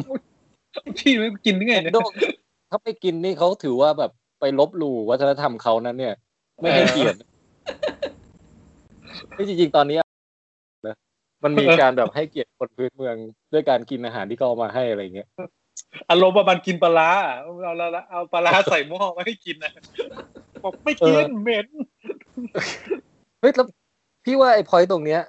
B: พี่ไม่กินได้ไงเนี่ย
A: โดกถ้าไม่กินนี่เขาถือว่าแบบไปลบหลู่วัฒนธรรมเขานั้นเนี่ย ไม่ให้เกียรติ ไม่จริงๆตอนนี้นะมันมีการแบบให้เกียรติคนพื้นเมืองด้วยการกินอาหารที่เขาเอามาให้อะไรอย่างเงี้ย
B: อารมณ์ประมาณกินปลาร้าอะเอาละละเอาปลาร้าใส่หม้อมาให้กิน นะบอกไม่กิน
A: เออ
B: เหม็น
A: เฮ้ยแล้วพี่ว่าไอ้พอยตรงเนี้ย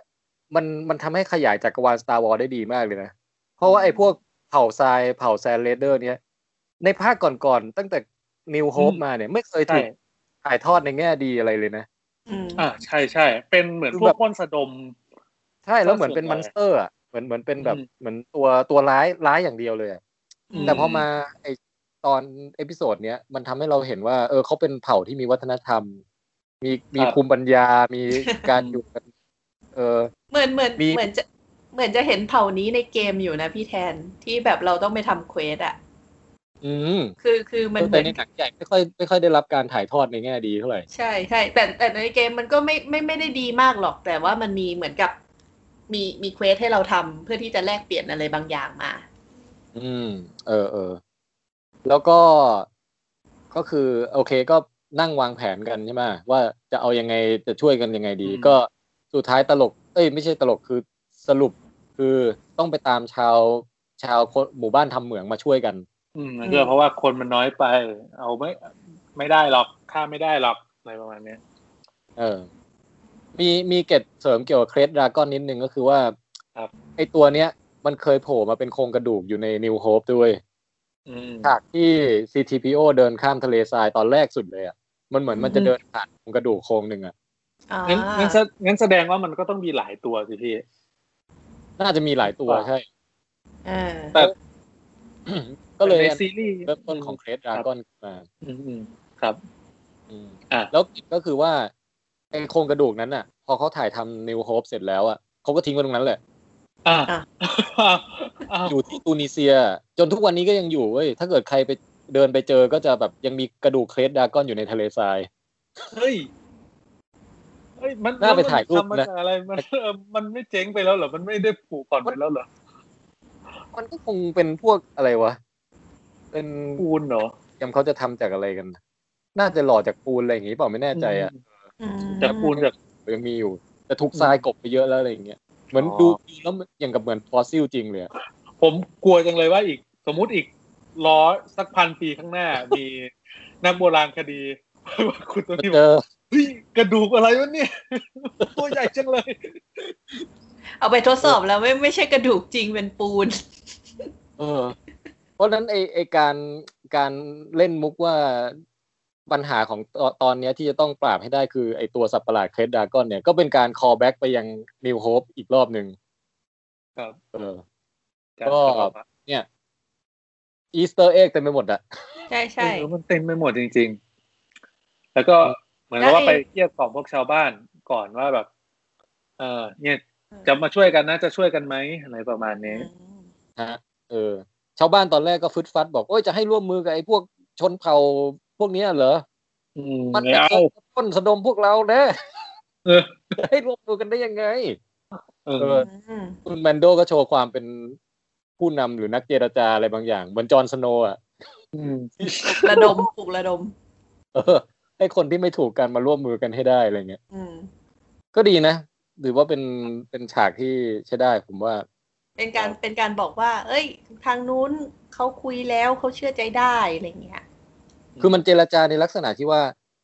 A: มันมันทำให้ขยายจักรวาล Star Wars ได้ดีมากเลยนะ เพราะว่าไอ้พวกเผ่าทรายเผ่าแซนเลเดอร์เนี้ย ในภาคก่อนๆ ตั้งแต่ New Hope มาเนี่ย ไม่เคย
B: ใช่
A: ถูกถ่ายทอดในแง่ดีอะไรเลยนะ
C: อืม
B: อ่าใช่ใช่เป็นเหมือน
A: คือ
B: พว
A: แบ
B: ก
A: บ
B: ปล้นสะดม
A: ใช่แล้วเหมือนเป็น
B: ส่
A: ม
B: ว
A: อ
B: น
A: น
B: ให
A: ส
B: ญ่
A: เตอร์อ่ะเหมือนเหมือนเป็นแบบ
B: อืม
A: เหมือนตัวตัวร้ายร้ายอย่างเดียวเลยอะ
B: ม
A: แต่พอมาไอตอนเอพิโซดเนี้ยมันทำให้เราเห็นว่า เออเขาเป็นเผ่าที่มีวัฒนธรรม มีมี
B: ครับ
A: ภูมิปัญญา มีการอยู่กันเออ
C: เหมือนเหมือน
A: มี
C: เหมือนจะเหมือนจะเห็นเผ่านี้ในเกมอยู่นะพี่แทนที่แบบเราต้องไปทำเควสอะ
A: อืม
C: คือคือมันเหมื
A: แต่
C: อน
A: ในหนังใหญ่ไม่ค่อยไม่ค่อยได้รับการถ่ายทอดในแง่ดีเท่าไหร่
C: ใช่ใช่แต่แต่ในเกมมันก็ไม่ไม่ไม่ได้ดีมากหรอก แต่ว่ามันมีเหมือนกับมีมีเควสให้เราทำเพื่อที่จะแลกเปลี่ยนอะไรบางอย่างมา
A: อืม เออเออแล้วก็ก็คือ โอเคก็นั่งวางแผนกันใช่ไหมว่าจะเอายังไงจะช่วยกันยังไงดี
B: อืม
A: ก็สุดท้ายตลก เอ้ยไม่ใช่ตลกคือสรุป คือต้องไปตามชาวชาวคนหมู่บ้านทำเหมืองมาช่วยกัน
B: อืมเพื่อเพราะว่าคนมันน้อยไป เอาไม่ไม่ได้หรอกค่าไม่ได้หรอกอะไรประมาณเนี้ย
A: เออ มีมีเกร็ดเสริมเกี่ยวกับเครสดราก้อนนิดนึงก็คือว่า
B: ครับ
A: ไอตัวเนี้ย มันเคยโผล่มาเป็นโครงกระดูกอยู่ในนิวโฮปด้วย
B: อืม
A: ฉากที่ CTPO เดินข้ามทะเลทรายตอนแรกสุดเลยอ่ะ มันเหมือนมันจะ
C: อืม
A: เดินผ่านโครงกระดูกโครงหนึ่งอ่ะ
C: อ่า
B: งั้นงั้นแสงั้นแสดงว่ามันก็ต้องมีหลายตัวสิพี่
A: น่าจะมีหลายตัว
B: อ่า
A: ใช่
C: เออ
B: แต่
A: ก็เลย
B: ในซีรีส์
A: เริ่มต้นของเครสดราก้อนมา
B: อืมอืมครับ
A: อืม
B: อ่ะ
A: แล้วก็คือว่าไอ้โครงกระดูกนั้นอ่ะ พอเขาถ่ายทำนิวโฮปเสร็จแล้วอ่ะเขาก็ทิ้งไว้ตรงนั้นแหละ
B: อ่าอาว
A: อยู่ที่ตูนิเซีย จนทุกวันนี้ก็ยังอยู่เว้ย ถ้าเกิดใครไปเดินไปเจอก็จะแบบยังมีกระดูกเครสดราก้อนอยู่ในทะเลทราย
B: เฮ้ยเฮ้ยมัน
A: น่าไปถ่ายรูปนะ
B: ทำมจากอะไรมันเออมันไม่เจ๊งไปแล้วเหรอมันไม่ได้ผูกก่อนไปแล้วเหรอ
A: มันก็คงเป็นพวกอะไรวะ เป็น
B: ปูนเหรอ
A: ยำเขาจะทำจากอะไรกันนะน่าจะหล่อจากปูนอะไรอย่างงี้เปล่าไม่แน่ใจอ่ะ
C: อืม
B: จากปูนจาก
A: ยังมีอยู่ แต่ถูกทรายกลบไปเยอะแล้วอะไรอย่างเงี้ยเหมือน
B: อ๋อ
A: ดูดูแล้วมันอย่างกับเหมือนฟอสซิลจริงเลยอะ
B: ผมกลัวจังเลยว่าอีก สมมุติอีกร้อยสักพันปีข้างหน้า มีนักโบราณคดี ว่าคุณตัว
A: มา
B: นี้
A: เจอ
B: เฮ้ยกระดูกอะไรวะเนี่ย ตัวใหญ่จังเลย
C: เอาไปทดสอบแล้วไม่ไม่ใช่กระดูกจริงเป็นปูน
A: เออ เพราะฉะนั้นไอไอการการเล่นมุกว่าปัญหาของตตอนเนี้ยที่จะต้องปราบให้ได้คือไอตัวสัตว์ประหลาดเครดดากอนเนี่ยก็เป็นการ call back ไปยังนิวโฮปอีกรอบหนึ่ง
B: ครับ
A: เออ ก็ อีสเตอร์เอ็กเต็มไปหมดอะ
C: ใช่ใช่
B: เออมันเต็มไปหมดจริง ๆ แล้วก็เหมือนกับว่า
C: แล้ว
B: ไป
C: ไอ้
B: เทียบกล่อมพวกชาวบ้านก่อนว่าแบบ เออเนี่ยจะมาช่วยกันนะจะช่วยกันไหมอะไรประมาณนี้
A: ฮะเออ ชาวบ้านตอนแรกก็ฟึดฟัดบอกโอ้ยจะให้ร่วมมือกับไอ้พวกชนเผ่าพวกเนี้ยเหรอ
B: อืม
A: มันจะ
B: เอา
A: เคยปล้นสะดมพวกเรานะ
B: เออ
A: จะให้ร่วมมือกันได้ยังไง
B: เอ
A: เอ
B: อ
A: อ
C: อืม
A: คุณแมนโดก็โชว์ความเป็นผู้นำหรือนักเจรจาอะไรบางอย่าง เหมือนจอห์นสโนว์อ่ะ
B: อืม
C: ระดมปลุกระดม
A: เออให้คนที่ไม่ถูกกันมาร่วมมือกันให้ได้อะไรเงี้ย
C: อืม
A: ก็ดีนะหรือว่าเป็นเป็นฉากที่ใช้ได้ผมว่า
C: เป็นการเป็นการบอกว่า เอ้ย ทางนู้นเขาคุยแล้วเขาเชื่อใจได้อะไรเงี้ย
A: คือมันเจรจาในลักษณะที่ว่า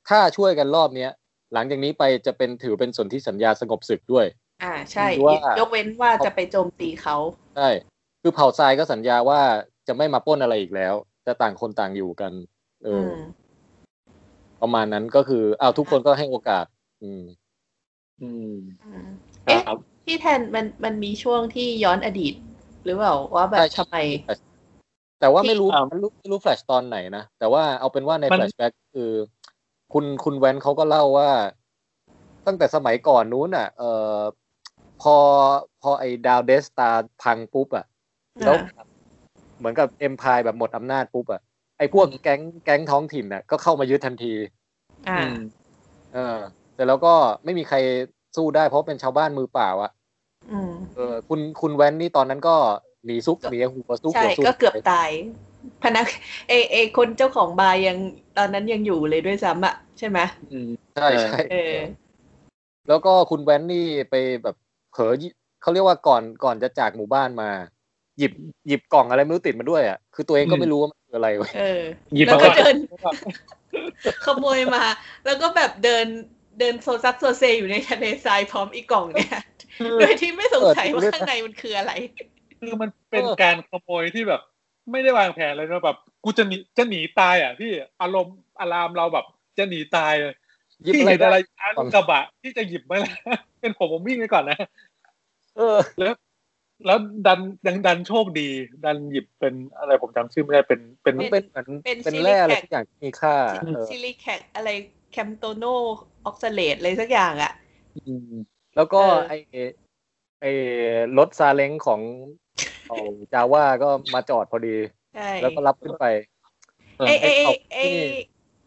A: ถ้าช่วยกันรอบเนี้ยหลังจากนี้ไปจะเป็นถือเป็นสนธิสัญญาสงบศึกด้วย
C: อ่าใช่
A: หรือว่า
C: ยกเว้นว่าจะไปโจมตีเขา
A: ใช่คือเผ่าทรายก็สัญญาว่าจะไม่มาปล้นอะไรอีกแล้ว จะต่างคนต่างอยู่กัน เอออ
C: ม
A: ประมาณนั้นก็คือเอาทุกคนก็ให้โอกาส อืม
B: อืม
C: อืม
B: ครั
C: เอ๊ะ
B: บ
C: พี่แทนมันมันมีช่วงที่ย้อนอดีต หรือเปล่าว่าแบบ
A: ใช่
C: ทำไม
A: แต่ว่าไม่รู้
B: อ่า
A: ไม่รู้ไม่รู้แฟลชตอนไหนนะ แต่ว่าเอาเป็นว่าใน
B: มัน
A: แฟลชแบ็กคือคุณคุณแวนเขาก็เล่าว่า ตั้งแต่สมัยก่อนนู้นอ่ะ เออพอพอไอ้ดาวเดสตาพังปุ๊บอ่ะ แล้ว เหมือนกับเอ็มพายแบบหมดอำนาจปุ๊บอ่ะไอ้พวกแก๊งแก๊งท้องถิ่นน่ะก็เข้ามายึดทันที
C: อ่า
B: อืม
A: เออแต่แล้วก็ไม่มีใครสู้ได้เพราะเป็นชาวบ้านมือเปล่าอะ
C: อืม
A: เออคุณคุณแว้นนี่ตอนนั้นก็หนีซุกหนีหัวซุก
C: ใช่
A: หัวซุ
C: ก็เกือบตาย พนักเอเอคนเจ้าของบาร์ยังตอนนั้นยังอยู่เลยด้วยซ้ำอะใช่ไหม
B: อืม
A: ใช่ใช่
C: เออ
A: แล้วก็คุณแว้นนี่ไปแบบเผลอยิเขาเรียกว่าก่อนก่อนจะจากหมู่บ้านมา หยิบหยิบกล่องอะไรไม่รู้ติดมาด้วยอ่ะคือตัวเองก็
B: อืม
A: ไม่รู้ว่ามันคืออะไรเว้ย
C: เออ
B: หยิบ
C: แล้ว
B: มา
C: ก็
B: ก่อน
C: เดิน ขโมยมา แล้วก็แบบเดินเดินโซซับโซเซอยู่ในทะเลทรายพร้อมอีกกล่องเนี่ยโดยที่ไม่สงสัยว่าข้างในมันคืออะไร
B: คือมันเป็นการขโมยที่แบบ ไม่ได้วางแผนเลยนะแบบกูจะหนีจะหนีตายอ่ะพี่อารมณ์อารามเราแบบ จะหนีตายเลย
A: หยิบ
B: พี่
A: อะไร
B: เห็น
A: ได้
B: อะไรอันกระบะที่จะห ยิบมาแล้ว เป็นผมผมวิ่งไปก่อนนะ
A: เออ
B: แล้วดันยังดันโชคดี ดันหยิบเป็นอะไรผมจำชื่อไม่ได้เป็นเป็น
A: มันเป็นเหมือน
C: เป็
A: เป็น นแร่อะไร
C: ซิลิแคต
A: สักอย่างที่มีค่าเออ
C: ซิลิแคกอะไรแคมโตโนออกซาเลตอะไรสักอย่างอะ
A: แล้วก็
C: เออ
A: ไอไอรถซาเล้งของของจาว่าก็มาจอดพอดี
C: ใช่
A: แล้วก็รับขึ้นไป
C: ไอไอไอ้ไอ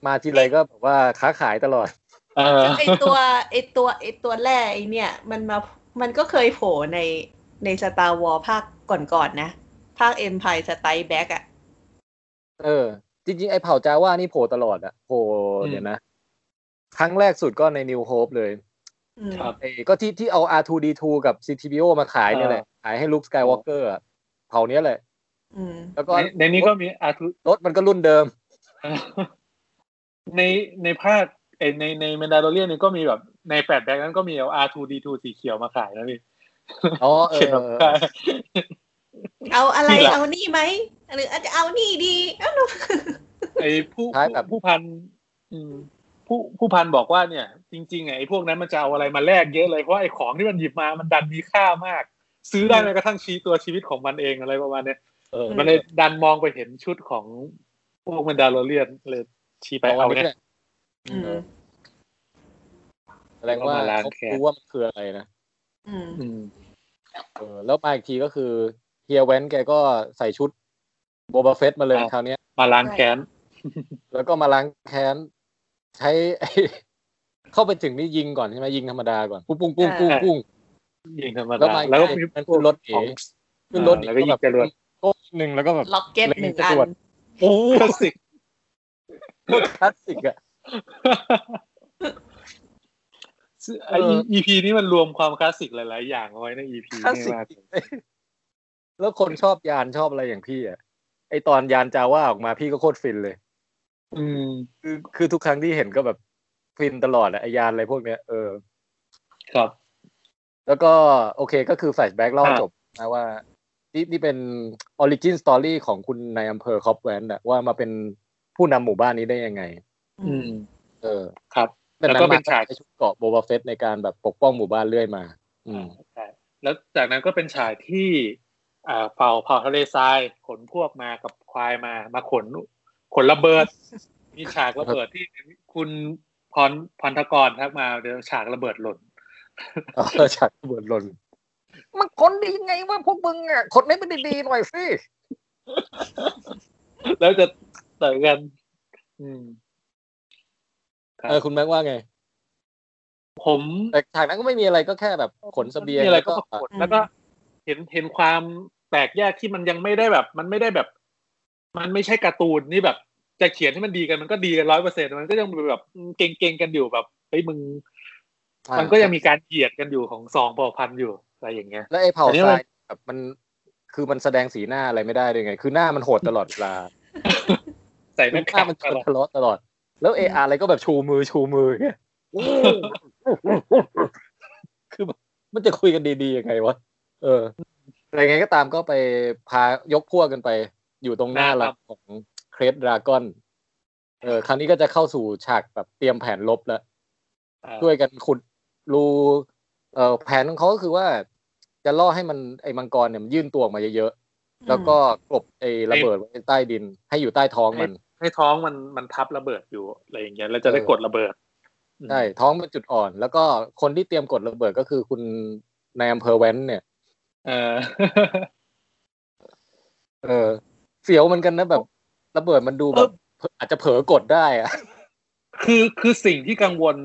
A: มาทีไรก็แบบว่าค้าขายตลอด
B: เออ
C: ไอตัวไอตัวไอตัวแร่ไอเนี่ย มันมามันก็เคยโผล่ในในสตาร์วอลภาคก่อนๆนะ ภาคเอ็มพายสไตล์แบ็กอะ
A: เออ จริงๆ ไอเผ่าจาว่านี่โผล่ตลอดอะโผล่เดี๋ยวนะ ครั้งแรกสุดก็ในนิวโฮปเลย
C: อืม
A: ไอก็ที่ที่เอา R2D2 กับ C3PO มาขายเนี่ยแหละ ขายให้ลุคสกายวอล์กเกอร์เผ่าเนี้ยแหละ
C: อืม
A: แล้วก็
B: ในในนี้ก็มีอาทุ
A: รถมันก็รุ่นเดิม
B: ในในภาคเอ้ยในในแมนดาโลเรียนนี่ก็มีแบบในแปดแบ็กนั้นก็มีเอา R2D2 สีเขียวมาขายนะพี่
A: อ๋อเอ
B: เขียนแบบ
A: อ
C: เอาอะไร
B: ที่หลัง
C: เอานี่ไหมหรืออาจจะเอานี่ดีเอ้าหนู
B: ไอ้ผู้
A: ท้ายแบบ
B: ผู้พันอืมผู้ผู้พันบอกว่าเนี่ย จริงๆไงไอ้พวกนั้นมันจะเอาอะไรมาแลกเยอะเลย เพราะไอ้ของที่มันหยิบมามันดันมีค่ามาก ซื้อได้แม้กระทั่งชี้ตัวชีวิตของมันเองอะไรประมาณเนี้ย
A: เออ
B: มันเลยดันมองไปเห็นชุดของพวกมันดาโลเรียนเลยชี้ไปเอาเนี่ย
C: อืม
A: แสดงว่า
B: เอามาล้าง
A: เขา
B: แค้น
A: รู้ว่ามันคืออะไรนะ
C: อืม
B: อืม
A: เออแล้วมาอีกทีก็คือเฮียแว้นแกก็ใส่ชุดโบบาเฟตมาเลย
B: อ่ะ
A: คราวเนี้ย
B: มาล้างแค้น
A: แล้วก็มาล้างแค้นใช้ ไอ้ เข้าไปถึงนี่ยิงก่อนใช่ไหมยิงธรรมดาก่อน ปุ้งปุ้งปุ้งปุ้งปุ้ง
B: ยิงธรรม
A: แล้ว
B: ดา
A: มาอีก
B: แล้วก็
A: ที
B: มี
A: มันคือรถเอ๋
B: ของ
A: ขึ้นรถ
B: แล้วก็ยิงจรวด
A: โก้หนึ่งแล้วก็แบบ
C: ล็อกเก็ตหนึ่งอั
A: เล็งจรวด
C: น
B: โอ้คลาสสิก
A: คลาสสิกอะ
B: ไอ
A: เออ
B: อีพีนี้มันรวมความคลาสสิกหลาย ๆ อย่างเอาไว้ในอีพี
A: คลาส
B: นี้
A: สิก
B: มาก
A: แล้วคนชอบยานชอบอะไรอย่างพี่อะไอตอนยานจาว่าออกมาพี่ก็โคตรฟินเลย
B: อืม
A: คือคือทุกครั้งที่เห็นก็แบบฟินตลอดอะไอยานอะไรพวกเนี้ยเออ
B: ครับ
A: แล้วก็โอเคก็คือแฟลชแบ็กเล่า
B: ครับ
A: จบนะว่า นี่นี่เป็นออริจินสตอรี่ของคุณนายอำเภอคอปแวนน่ะว่ามาเป็นผู้นำหมู่บ้านนี้ได้ยังไง
B: อืม
A: เออ
B: ครับ
A: แต่
B: แล้วก็เป็นฉาก
A: ใช้ชุดเกราะโบบาเฟตในการแบบปกป้องหมู่บ้านเรื่อยมา อื ม
B: ใช่แล้วจากนั้นก็เป็นฉากที่อ่าเผ่าเผ่าทะเลทรายขนพวกมากับควายมามาขนขนระเบิด มีฉากระเบิดที่คุณพรพรทกรทักมาเดี๋ยวฉากระเบิดหล่น
A: เออฉากเบิดหล่นมันคนดีไงว่าพวกมึงอ่ะคนนี้มันดีๆหน่อยสิ
B: แล้วจะเต่อกัน อืม ครับ
A: เออคุณแม็กว่าไง
B: ผม
A: แต่ฉากนั้นก็ไม่มีอะไรก็แค่แบบขนเสบียง
B: มีอะไร
A: แล้ว
B: ก็
A: ก็
B: ขน
C: อืม
B: แล้วก็เห็นเห็นความแตกแยกที่มันยังไม่ได้แบบ มันไม่ได้แบบ มันไม่ใช่การ์ตูนนี่แบบ จะเขียนให้มันดีกันมันก็ดีกันร้อยเปอร์เซ็นต์มันก็ยังแบบเก่งๆกันอยู่แบบเฮ้ยมึง มันก็ยังมีการเหยียดกันอยู่ของสองเผ่าพันธุ์อยู่อะไรอย่างเงี้ย
A: แล้วไอ้เผ่า
B: อันนี้
A: ท
B: มัน
A: รายแบบมันคือมันแสดงสีหน้าอะไรไม่ได้ด้วยไง คือหน้ามันโหดตลอดเวลา
B: ใส่ห
A: เป็นภากพ
B: น้าาก
A: มันช
B: ต
A: วน
B: ลอด
A: ทะเลาะตลอด แล้วเออะไรก็แบบชูมือชูมืออย่างเงี้ยคือแบบมันจะคุยกันดีๆยังไงวะ เอออะไรไงก็ตามก็ไปพายกพวกกันไป อยู่ตรงหน้าหลักของเครสดราก้อน เออ คราวนี้ก็จะเข้าสู่ฉากแบบเตรียมแผนลบแล้ว
B: อ่า
A: ช่วยกันขุดรูเอ่อแผนของเขาก็คือว่า จะล่อให้มันไอ้มังกรเนี่ยมันยื่นตัวออกมาเยอะๆ แล้วก็กลบไอ้ระเบิดไว้ใต้ดิน ให้อยู่ใต้ท้องมัน
B: ให้ท้องมันมันทับระเบิดอยู่อะไรอย่างเงี้ยแล้วจะได้กดระเบิด
A: ใช่ท้องเป็นจุดอ่อน แล้วก็คนที่เตรียมกดระเบิดก็คือคุณนายอำเภอแว้นเนี่ย
B: เออ
A: เออ เสียวเหมือนกันนะแบบ ระเบิดมันดูแบบอาจจะเผลอกดได้อะ
B: คือคือสิ่งที่กังวล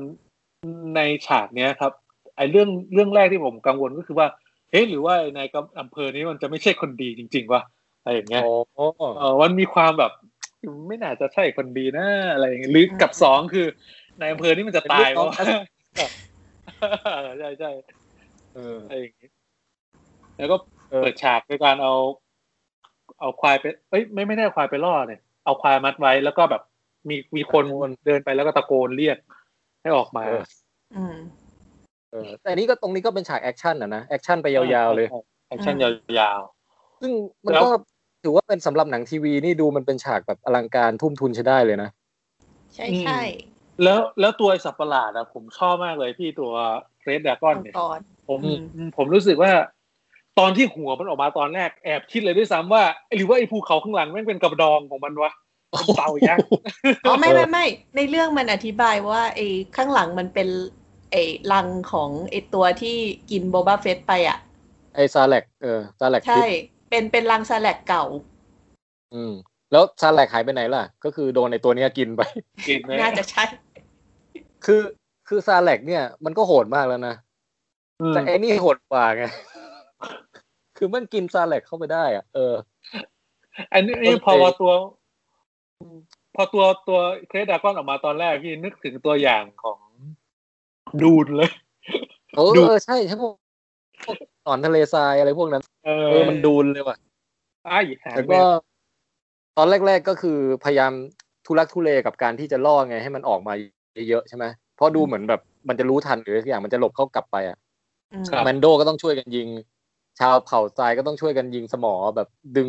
B: ในฉากเนี้ยครับไอ้เรื่องเรื่องแรกที่ผมกังวลก็คือว่า เอ๊ะหรือว่าในายกำอำเภอนี้มันจะไม่ใช่คนดีจริง ๆวะอะไรอย่างเงี้ย
A: โอ้
B: เออมันมีความแบบไม่น่าจะใช่คนดีนะอะไรอย่างเงี้ยหรือกับสองคือในายอำเภอนี่มันจะตายเพราะ ใช่ใช่
A: เออ
B: อะไรอย่างงี้แล้วก็เปิดฉากด้วยการเอา เอาควายไป เอ้ยไม่ไม่ได้เอาควายไปล่อเนี่ยเอาควายมัดไว้แล้วก็แบบมีมีคนเดินไปแล้วก็ตะโกนเรียกให้ออกมา
C: อืม
A: เออแต่อันนี้ก็ตรงนี้ก็เป็นฉากแอคชั่นอะนะแอคชั่นไปยาวๆเลย
B: แอคชั่นยาว
A: ซึ่งมันก็ถือว่าเป็นสำหรับหนังทีวีนี่ดูมันเป็นฉากแบบอลังการทุ่มทุนใช้ได้เลยนะ
C: ใช่ใช่
B: ๆแล้วแล้วตัวไอ้สับประหลาดอะผมชอบมากเลยพี่ตัวเรดดากอน
C: อง
B: เนี่ย
C: ค์กร
B: ผม
A: อืม
B: ผมรู้สึกว่า ตอนที่หัวมันออกมาตอนแรกแอบคิดเลยด้วยซ้ำว่าเอ้ยหรือว่าไอ้ภูเขาข้างหลังแม่งเป็นกระดองของมันวะเป็นเต่ายักษ์
C: อ๋อไม่ไม่ไม่ในเรื่องมันอธิบายว่าไอ้ข้างหลังมันเป็นไอ้รังของไอ้ตัวที่กินโบบ้าเฟสไปอ่ะ
A: ไอซาแลกเออซาแลก
C: ใช่ เป็นเป็นรังสลักเก่า
A: อืมแล้วซาแลกหายไปไหนล่ะ ก็คือโดนในตัวเนี้ยกินไป
B: กินไหม
C: น่าจะใช่
A: คือคือซาแลกเนี่ยมันก็โหดมากแล้วนะ
B: อืม
A: แต่ไอ้นี่โหดกว่าไง คือมันกินซาแลกเข้าไปได้อะเออ
B: อันนี้นี่พอว่าตัว พอตัวตัวเครดดากอนออกมาตอนแรกพี่นึกถึงตัวอย่างของดูนเลย
A: เออ
B: ดู
A: เออใช่ใช่พวกพวกหนอนทะเลทรายอะไรพวกนั้น
B: เอ
A: เออมันดูนเลยว่ะ
B: ไอ้หา
A: แล้ว
B: แม่
A: ก็ ตอนแรก ๆก็คือพยายามทุลักทุเลกับการที่จะล่อไง ให้มันออกมาเยอะๆใช่ไหมเพราะดูเหมือนแบบมันจะรู้ทันหรือสักอย่างมันจะหลบเข้ากลับไปอ่ะ
C: อืม
A: แมนโดก็ต้องช่วยกันยิง ชาวเผ่าทรายก็ต้องช่วยกันยิงสมอแบบดึง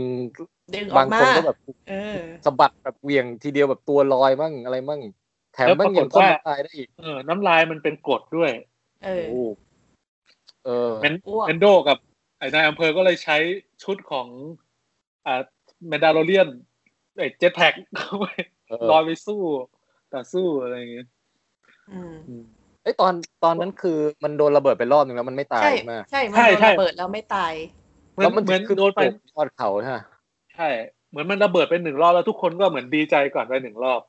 C: ดึงออบ
A: าง
C: กมา
A: คนก็แบบ
C: เออ
A: สะบัดแบบเหวียงทีเดียวแบบตัวลอยมั่งอะไรมั่ง แถมมั่งยังพ่นน้ำลายได้อีก
B: เออน้ำลายมันเป็นกรดด้วย
C: เออ
A: โอ้เออ
B: แมน
C: อ้วก
B: แมนโดกับ ไอ้นายอำเภอก็เลยใช้ชุดของ อ่าแมนดาโลเรียนไอ้เจ็ตแพ็ก
A: เอ
B: ลอ
A: อย
B: ไปสู้ต่อสู้อะไรอย่างเงี้ย
C: อืม
A: ไอยตอนตอนนั้นคือมันโดนระเบิดไปรอบหนึ่งแล้วมันไม่ตาย
C: ใช่
A: ใช่ไหม
C: ใช่มันโดนระเบิดแล้วไม่ตาย
B: เหมือน
A: แล้วมัน
B: เหมือน
A: คือ
B: โดนไป
A: ยอดเขาใช่ไหม
B: ใช่เหมือนมันระเบิดไปหนึ่งรอบแล้วทุกคนก็เหมือนดีใจก่อนไปหนึ่งรอบ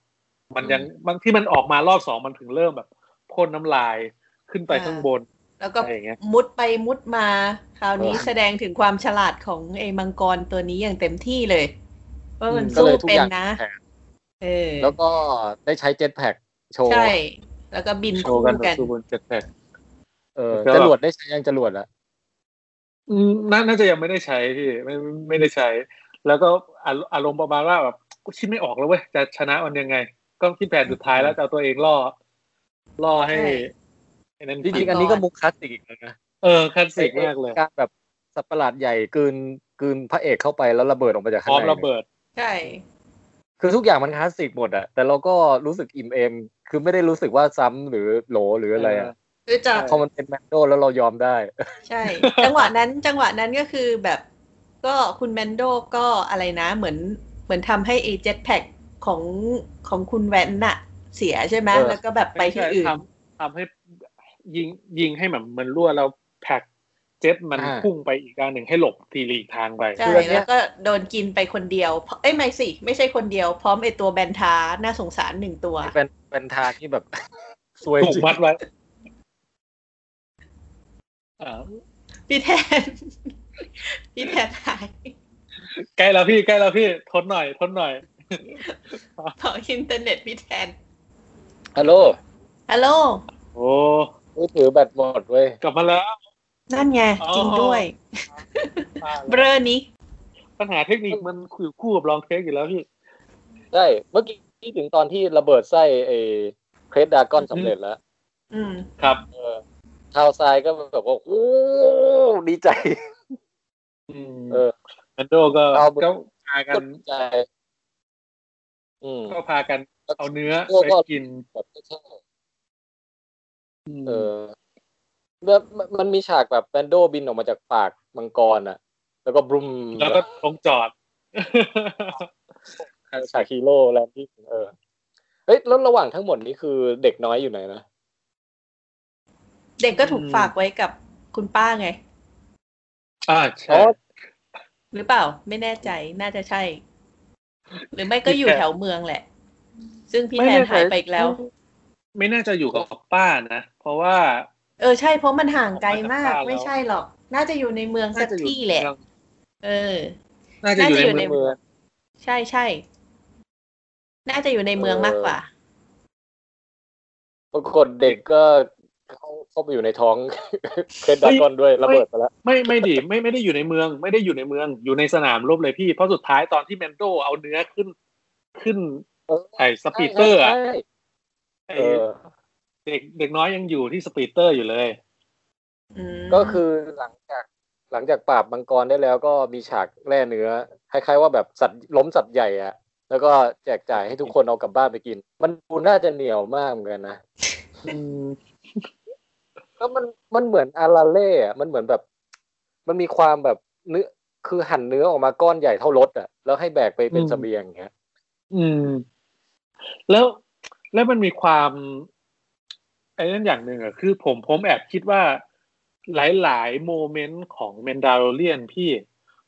B: มันยัง
A: อืม
B: บางที่มันออกมารอบสองมันถึงเริ่มแบบพ่นน้ำลายขึ้นไป
C: อ่า
B: ข้างบน
C: แล้วก็
B: อะไรอย่างเงี้ย
C: มุดไปมุดมา คราวนี้
A: เออ
C: แสดงถึงความฉลาดของไอ้มังกรตัวนี้อย่างเต็มที่เลยว่ามัน
B: อืม
A: ก็
C: สู้
A: เลยทุก
C: เป็
A: อน ย่าง
C: นะ
A: แผน
C: เออ
A: แล้วก็ได้ใช้เจ็ตแพ็กโชว์
C: ใช่ แล้วก็บิน
B: โช
C: คู่
B: ว์กัน
C: กัน
B: สู้บนเจ็ดแผ่น
A: เออ
B: แล้วก็
A: จรวดได้ใช้ยังจรวดละ
B: อืมน่าน่าจะยังไม่ได้ใช้พี่ไม่ไม่ไม่ได้ใช้ แล้วก็อารอารมณ์ประมาณว่าแบบกูคิดไม่ออกแล้วเว้ยจะชนะมันยังไง ก็คิดแผนสุดท้ายแล้วจะเอาตัวเองล่อล่อให้
C: ใช่
B: ไอ้นั่น
A: จ
B: กิ
A: ริ
B: น
A: งๆอันนี้ก็มุกคลาสสิกอีกแล้วนะ
B: เออคลาสสิกมากเลย
A: การแบบสัตว์ประหลาดใหญ่กลืนกลืนพระเอกเข้าไปแล้วระเบิดออกมาจาก
B: พ
A: ข้าง
B: ร้อม
A: ใน
B: ระ
A: เนี่ย
B: เบิด
C: ใช่
A: คือทุกอย่างมันคลาสสิกหมดอะแต่เราก็รู้สึกอิ่มเอม คือไม่ได้รู้สึกว่าซ้ำหรือโหลหรืออะไรอะ
C: คือจาก
A: พอมันเป็นแมนโดแล้วเรายอมได้
C: ใช่ จังหวะนั้นจังหวะนั้นก็คือแบบก็คุณแมนโดก็อะไรนะเหมือนเหมือนทำให้เอเจ็ตแพ็ของของคุณแวนน่ะ เสียใช่ไหม
A: เออ
C: แล้วก็แบบไปที่อื่น
B: ทำทำให้ยิงยิงให้แบบมันรั่วแล้วแพ็กเจ็ตมัน
A: อ่า
B: พุ่งไปอีกด้านหนึ่งให้หลบทีลีกทางไป
C: ใช่
A: คืออันเนี้ย
C: แล้วก็โดนกินไปคนเดียวเพราะเอ้ยไม่สิ ไม่ใช่คนเดียว พร้อมไอตัวแบนทาน่าสงสารหนึ่งตัว
A: เป็นเป็นทางที่แบบ สวย
B: ถู
A: จ
B: ก
A: ริง
B: มัดไว้อ่า
C: พี่แทน พี่แทนหาย
B: ใกล้แล้วพี่ใกล้แล้วพี่ทนหน่อยทนหน่อย
C: ขออินเทอร์เน็ตพี่แทน
A: ฮัลโหล
C: ฮัลโหล
B: โอ้
A: มือถือแบตหมดเว้ย
B: กลับมาแล้ว
C: นั่นไง จริงด้วย
B: มา
C: เบ
B: แล้ว
C: อร์นี้
B: ปัญหาเทคนิคมันคือคู่กับลองเทคอยู่แล้วพี่
A: ใช่เมื่อกี้ที่ถึงตอนที่ระเบิดไส้ไอ้เครสดากอน
B: อือฮึ
A: สำเร็จแล้ว
C: อืม
B: ครับ
A: เออชาวทรายก็แบบว่าโอ้ดีใจ
B: อืม
A: เออ
B: แมนโดก็
A: เอาบุญ
B: ก็พากั
A: ก็
B: น
A: ดีใจ อืม
B: ก็พากันเอาเนื้อ
A: โอ้ก็
B: ไปกิน
A: แบบไม่ใช่
B: ม
A: เออแล้วมันมันมีฉากแบบแบนโดบินออกมาจากปากมังกรอ่ะ แล้วก็บรุม
B: แล้วก็ลงจอด
A: ฉากฮีโร่แลนดิ้งเออเฮ้ยแล้วระหว่างทั้งหมดนี้คือเด็กน้อยอยู่ไหนนะ
C: เด็กก็ถูก
B: อืม
C: ฝากไว้กับคุณป้าไง
B: อ่า
A: อ๋
B: ใช่
A: อ
C: หรือเปล่าไม่แน่ใจน่าจะใช่ หรือไม่ก็อยู่
B: พี่แทน
C: แถวเมืองแหละ ซึ่งพี่แทนหายไปอีกแล้ว
B: ไม่น่าจะอยู่กับป้านะ เพราะว่า
C: เออใช่เพราะมันห่างไกลมาก
B: ออกมาจากบ้านแล้ว
C: ไม่ใช่หรอก น่าจะอยู่ในเมืองสักที่แหละ เออ
B: น่าจะอยู่ในเมือง
A: เมือง
C: ใช่ใช่ น่าจะอยู่ในเมืองมากกว่า
A: ปรากฏเด็กก็เขาเข้าไปอยู่ในท้อง เพชรดรากอนด้วยระเบิดไปแล้ว
B: ไม่ไม่ดีไม่ไม่ได้อยู่ในเมือง ไม่ได้อยู่ในเมือง อยู่ในสนามรบเลยพี่ เพราะสุดท้ายตอนที่เมนโดเอาเนื้อขึ้นขึ้น
A: เออ
B: ไอ้สปีดเตอร์อะ
A: ใช่ใช่
B: ไอ้
A: เออ
B: เด็กเด็กน้อยยังอยู่ที่สปีดเตอร์อยู่เลย
C: อืม
A: ก็คือหลังจากหลังจากปราบมังกรได้แล้วก็มีฉากแล่เนื้อคล้ายๆว่าแบบสัตว์ล้มสัตว์ใหญ่อะแล้วก็แจกจ่ายให้ทุกคนเอากลับบ้านไปกิน มันดูน่าจะเหนียวมากเหมือนกันนะแล้วมันมันเหมือนอาราเล่อะมันเหมือนแบบ มันมีความแบบเนื้อคือหั่นเนื้อออกมาก้อนใหญ่เท่ารถอะแล้วให้แบกไปเป็น
B: อืม
A: เสบียงอย่างเงี้ย
B: อืม แล้วแล้วมันมีความไอ้นั่นอย่างหนึ่งอะคือผมผมแอบคิดว่าหลาย ๆ โมเมนต์ของเมนดาโ o เ i ียนพี่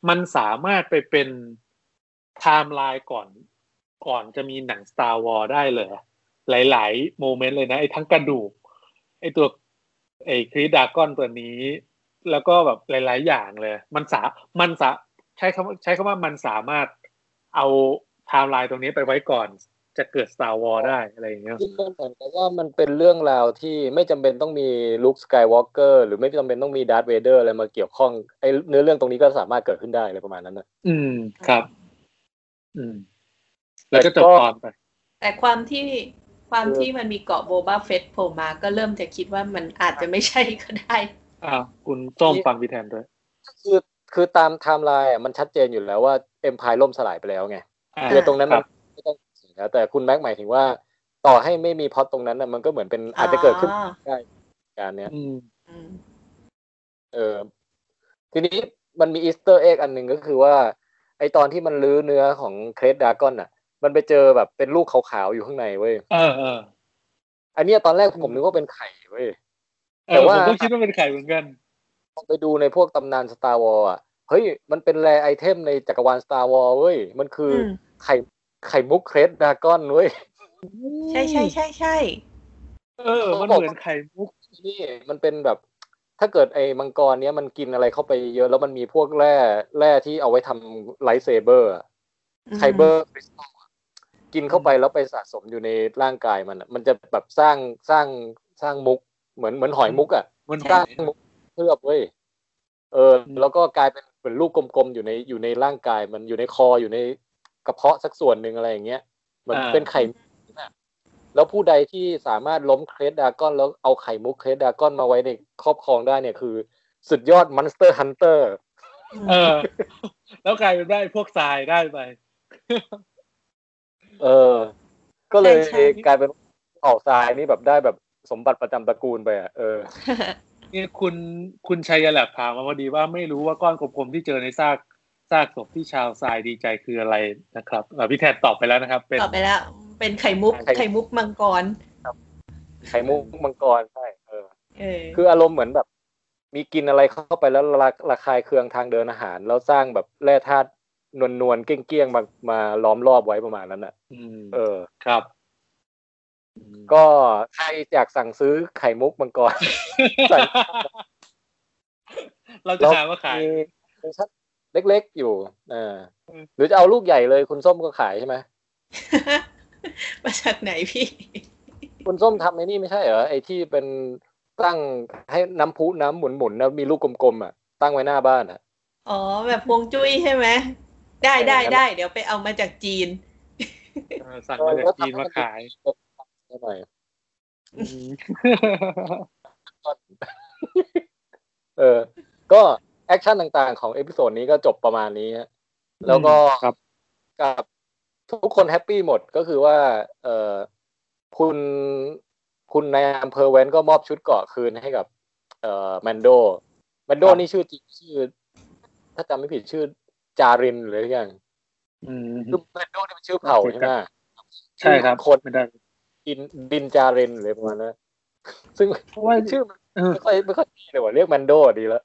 B: มันสามารถไปเป็นไทม์ไลน์ก่อน ก่อนจะมีหนัง Star War ได้เลย หลาย ๆ โมเมนต์เลยนะ ไอ้ทั้งกระดูก ไอ้ตัว ไอ้คริดากอนตัวนี้ แล้วก็แบบหลาย ๆ อย่างเลย มันสามันสาใช้คำว่าใช้คำว่ามันสามารถเอาไทม์ไลน์ตรงนี้ไปไว้ก่อน จะเกิด Star War ได้อะไรอย่างเงี้ย
A: ซึ่งมันเหมือนกับว่ามันเป็นเรื่องราวที่ไม่จำเป็นต้องมีลุคสกายวอล์กเกอร์หรือไม่จำเป็นต้องมีดาร์ธเวเดอร์อะไรมาเกี่ยวข้องไอ้เนื้อเรื่องตรงนี้ก็สามารถเกิดขึ้นได้อะไรประมาณนั้นนะ
B: อืมครับ อืม แล้วก็จบตอนไป
C: แต่ความที่ความ
A: เออ
C: ที่มันมีเกาะโบบ้าเฟสโผล่มาก็เริ่มจะคิดว่ามันอาจจะไม่ใช่ก็ได้
B: อ่าคุณส้มฟังพี่แทนด้วย
A: คือคือตามไทม์ไลน์อะมันชัดเจนอยู่แล้วว่าเอ็มพายล่มสลายไปแล้วไง
B: อ่า
A: คือตรงนั้น
B: ค
A: มั
B: รั
A: น
B: บ
A: ไม่ต้องเสียแต่คุณแม็กหมายถึงว่า ต่อให้ไม่มีพล็อตตรงนั้นน่ะมันก็เหมือนเป็นอาจจะเกิดขึ้น
C: อ๋อ
A: การเนี้ย
B: อืม
C: อืม
A: เออทีนี้มันมีอีสเตอร์เอ็กอันหนึ่งก็คือว่า ไอตอนที่มันลื้อเนื้อของเครสดากอนน่ะ มันไปเจอแบบเป็นลูกขาวๆอยู่ข้างในเว้ย
B: เออเออ
A: อันเนี้ยตอนแรกผมนึกว่าเป็นไข่เว้ย
B: เอ
A: แต่
B: อ
A: ว่า
B: ผมก็คิดว่าเป็นไข่เหมือนกัน
A: ไปดูในพวกตำนานสตาร์วอลอ่ะเฮ้ยมันเป็นแรไอเทมในจักรวาลสตาร์วอลเว้ยมันคืออ
C: ม
A: ไข่ไข่มุกเครสดากอนเว้ย
C: ใช่ใช่ใช่ใช่
B: เออ มันเหมือนไข่มุก
A: นี่มันเป็นแบบ ถ้าเกิดไอ้มังกรเนี้ยมันกินอะไรเข้าไปเยอะแล้วมันมีพวกแร่แร่ที่เอาไว้ทำไลท์เซเบอร์อะ
C: อืม
A: ไคเบอร์คริสตัลอะกินเข้าไปแล้วไปสะสมอยู่ในร่างกายมันอะมันจะแบบสร้างสร้างสร้างมุก เหมือนเหมือนหอยมุกอ่ะ
B: มัน
A: ส
B: ได้
A: ร้างมุกเคลือบเว้ยเออ
B: อืม
A: แล้วก็กลายเป็นเหมือนลูกกลมๆอยู่ในอยู่ในร่างกาย มันอยู่ในคออยู่ในกระเพาะสักส่วนหนึ่งอะไรอย่างเงี้ยเหมือนเป็นไข่ แล้วผู้ใดที่สามารถล้มเครสดรากอน แล้วเอาไข่มุกเครสดรากอนมาไว้ในครอบครองได้เนี่ยคือ สุดยอดม o นสเตอร์ฮันเตอร์
B: เออ แล้วกลายเป็นได้พวกทรายได้ไป
A: เออ ก็เลยกลายเป็นออกทรายนี่แบบได้แบบสมบัติประจำตระกูลไปอ่ะเออ
B: เนี่ยคุณคุณชัยแหลบถามมาพอดีว่าไม่รู้ว่าก้อนกลมๆที่เจอในซากซากศพที่ชาวทรายดีใจคืออะไรนะครับอ่ะพี่แทนตอบไปแล้วนะครับ เป็น
C: ต่อไปแล้ว เป็นไข่มุก
A: ไข่
C: ไข่มุกมังกร
A: ไข่มุกมังกรใช่เออ
C: เออ
A: คืออารมณ์เหมือนแบบ มีกินอะไรเข้าไปแล้วระระคายเคืองทางเดินอาหาร แล้วสร้างแบบแร่ธาตุนวลนวลๆเก้ยงๆมามาล้อมรอบไว้ประมาณนั้นอ่ะ
B: อืม
A: เออ
B: ครับ
A: ก็ใครอยากสั่งซื้อไข่มุกมังกร ใส่
B: เราจะหาว่าขาย
A: มีเวอร์ชันเล็กๆอยู่เออ
B: อืม
A: หรือจะเอาลูกใหญ่เลยคุณส้มก็ขายใช่ไหม
C: มาจากไหนพี่
A: คุณส้มทำไอ้นี่ไม่ใช่เหรอไอ้ที่เป็นตั้งให้น้ำพุน้ำหมุนๆนะมีลูกกลมๆอ่ะตั้งไว้หน้าบ้านอ่ะ
C: อ๋อ แบบพวงจุ้ยใช่ไหม ได้ได้
A: ใช่ครับ
C: ได้ เดี๋ยวไปเอามาจากจีน
B: เออสั่งมาจากจีนมาขาย
A: ได้หน่อย
B: อืม
A: เออ ก็แอคชั่นต่างๆของเอพิโซดนี้ก็จบประมาณนี้ฮะแล้วก็
B: ครับ
A: กับทุกคนแฮปปี้หมดก็คือว่า เออคุณคุณนายอำเภอเว้นก็มอบชุดเกราะคืนให้กับ เอ่อแมนโดแมนโด
B: ครับ
A: นี่ชื่อจริงชื่อ ถ้าจำไม่ผิดชื่อจารินหรืออะไรอย่าง
B: อืม
A: คือแมนโดนี่เป็นชื่อเผ่าใช่ไหม
B: ใช่ครับ
A: อคน
B: ไม่ได้
A: ดินดินจารินหรือประมาณนั้นซึ่ง
B: เพราะว่า
A: ชื่อมัน
B: เออ
A: ไม่ค่อยไม่ค่อยดีเลยว่ะเรียกแมนโดดีแล้ว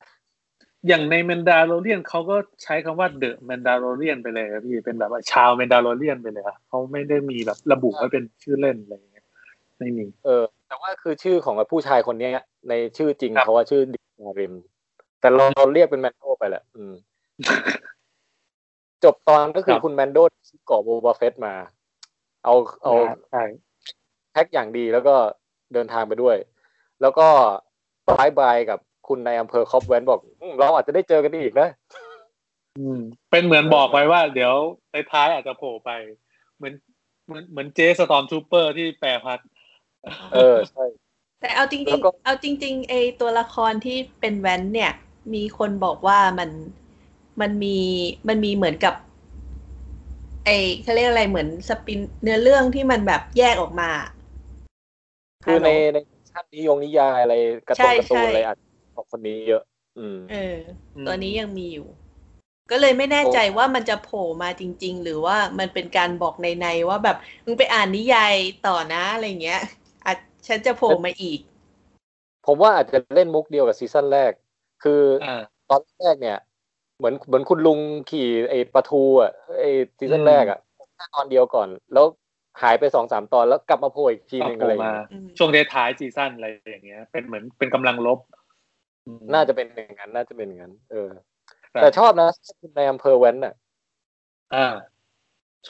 B: อย่างในแมนดาโ o เ i ียนเขาก็ใช้คำว่าเดอะแมนดาโ o เ i ียนไปเลยครับพี่เป็นแบบว่าชาวแมนดาโ o เ i ียนไปเลยอะเขาไม่ได้มีแบบระบุไว้เป็นชื่อเล่นอะไรอย่างเงี้ยไม่มี
A: เออ แต่ว่าคือชื่อของผู้ชายคนเนี้ย ในชื่อจริง
B: ครับ
A: เขาว่าชื่อดินจาริน แต่เราเราเรียกเป็นแมนโดไปแหละอืม จบตอนก็คือ
B: ครับ
A: คุณแมนโดเกาะโบบาเฟตมา เอาเอา
B: ใช่
A: แพ็คอย่างดีแล้วก็เดินทางไปด้วย แล้วก็บายบายกับคุณในายอำเภอคอปแวนบอกอืมเราอาจจะได้เจอกันอีกนะ
B: อืมเป็นเหมือนบอกไว้ว่า เดี๋ยวท้ายๆอาจจะโผล่ไป เหมือนเหมือนเหมือนเจสตอมทูเปอร์ที่แปรพัด
A: เออใช่
C: แต่เอาจริง
A: แล้วก็
C: ๆ เอาจริงๆไอตัวละครที่เป็นแว้นเนี่ย มีคนบอกว่ามันมันมีมันมีเหมือนกับ ไอเขาเรียกอะไรเหมือนสปินเนื้อเรื่องที่มันแบบแยกออกมา
A: คือในในชั้นนิยงนิยายอะไรการ์ตูน
C: ใช่
A: การ์ตูน
C: ใช่
A: อะไรอาจจะของคนนี้เยอะ อืม
C: เออ
B: อืม
C: ตัวนี้ยังมีอยู่ ก็เลยไม่แน่ใจว่ามันจะโผล่มาจริง ๆ หรือว่ามันเป็นการบอกในในๆว่าแบบมึงไปอ่านนิยายต่อนะอะไรเงี้ยอาจฉันจะโผล่มาอีก
A: ผมว่าอาจจะเล่นมุกเดียวกับซีซั่นแรก คืออ
B: อ่า
A: ตอนแรกเนี่ย เหมือนเหมือนคุณลุงขี่ไอ้ปลาทูอ่ะไอ้ซีซั่น
B: อืม
A: แรกอ่ะแค่ตอนเดียวก่อน แล้วหายไปสองสามตอนแล้วกลับมาโผล่อีกทีหนึ่ง
B: โผ
A: อะไร
B: ล่
A: อย่าง
B: มา
A: เงี้ย
C: อืม
B: ช่วงเดท้ายซีซั่นอะไรอย่างเงี้ย เป็นเหมือนเป็นกำลังลบอืม
A: น่าจะเป็นอย่างนั้น น่าจะเป็นอย่างนั้น เออ
B: ครับ
A: แต่ชอบนะในอำเภอแว้นอ่ะ
B: อ่า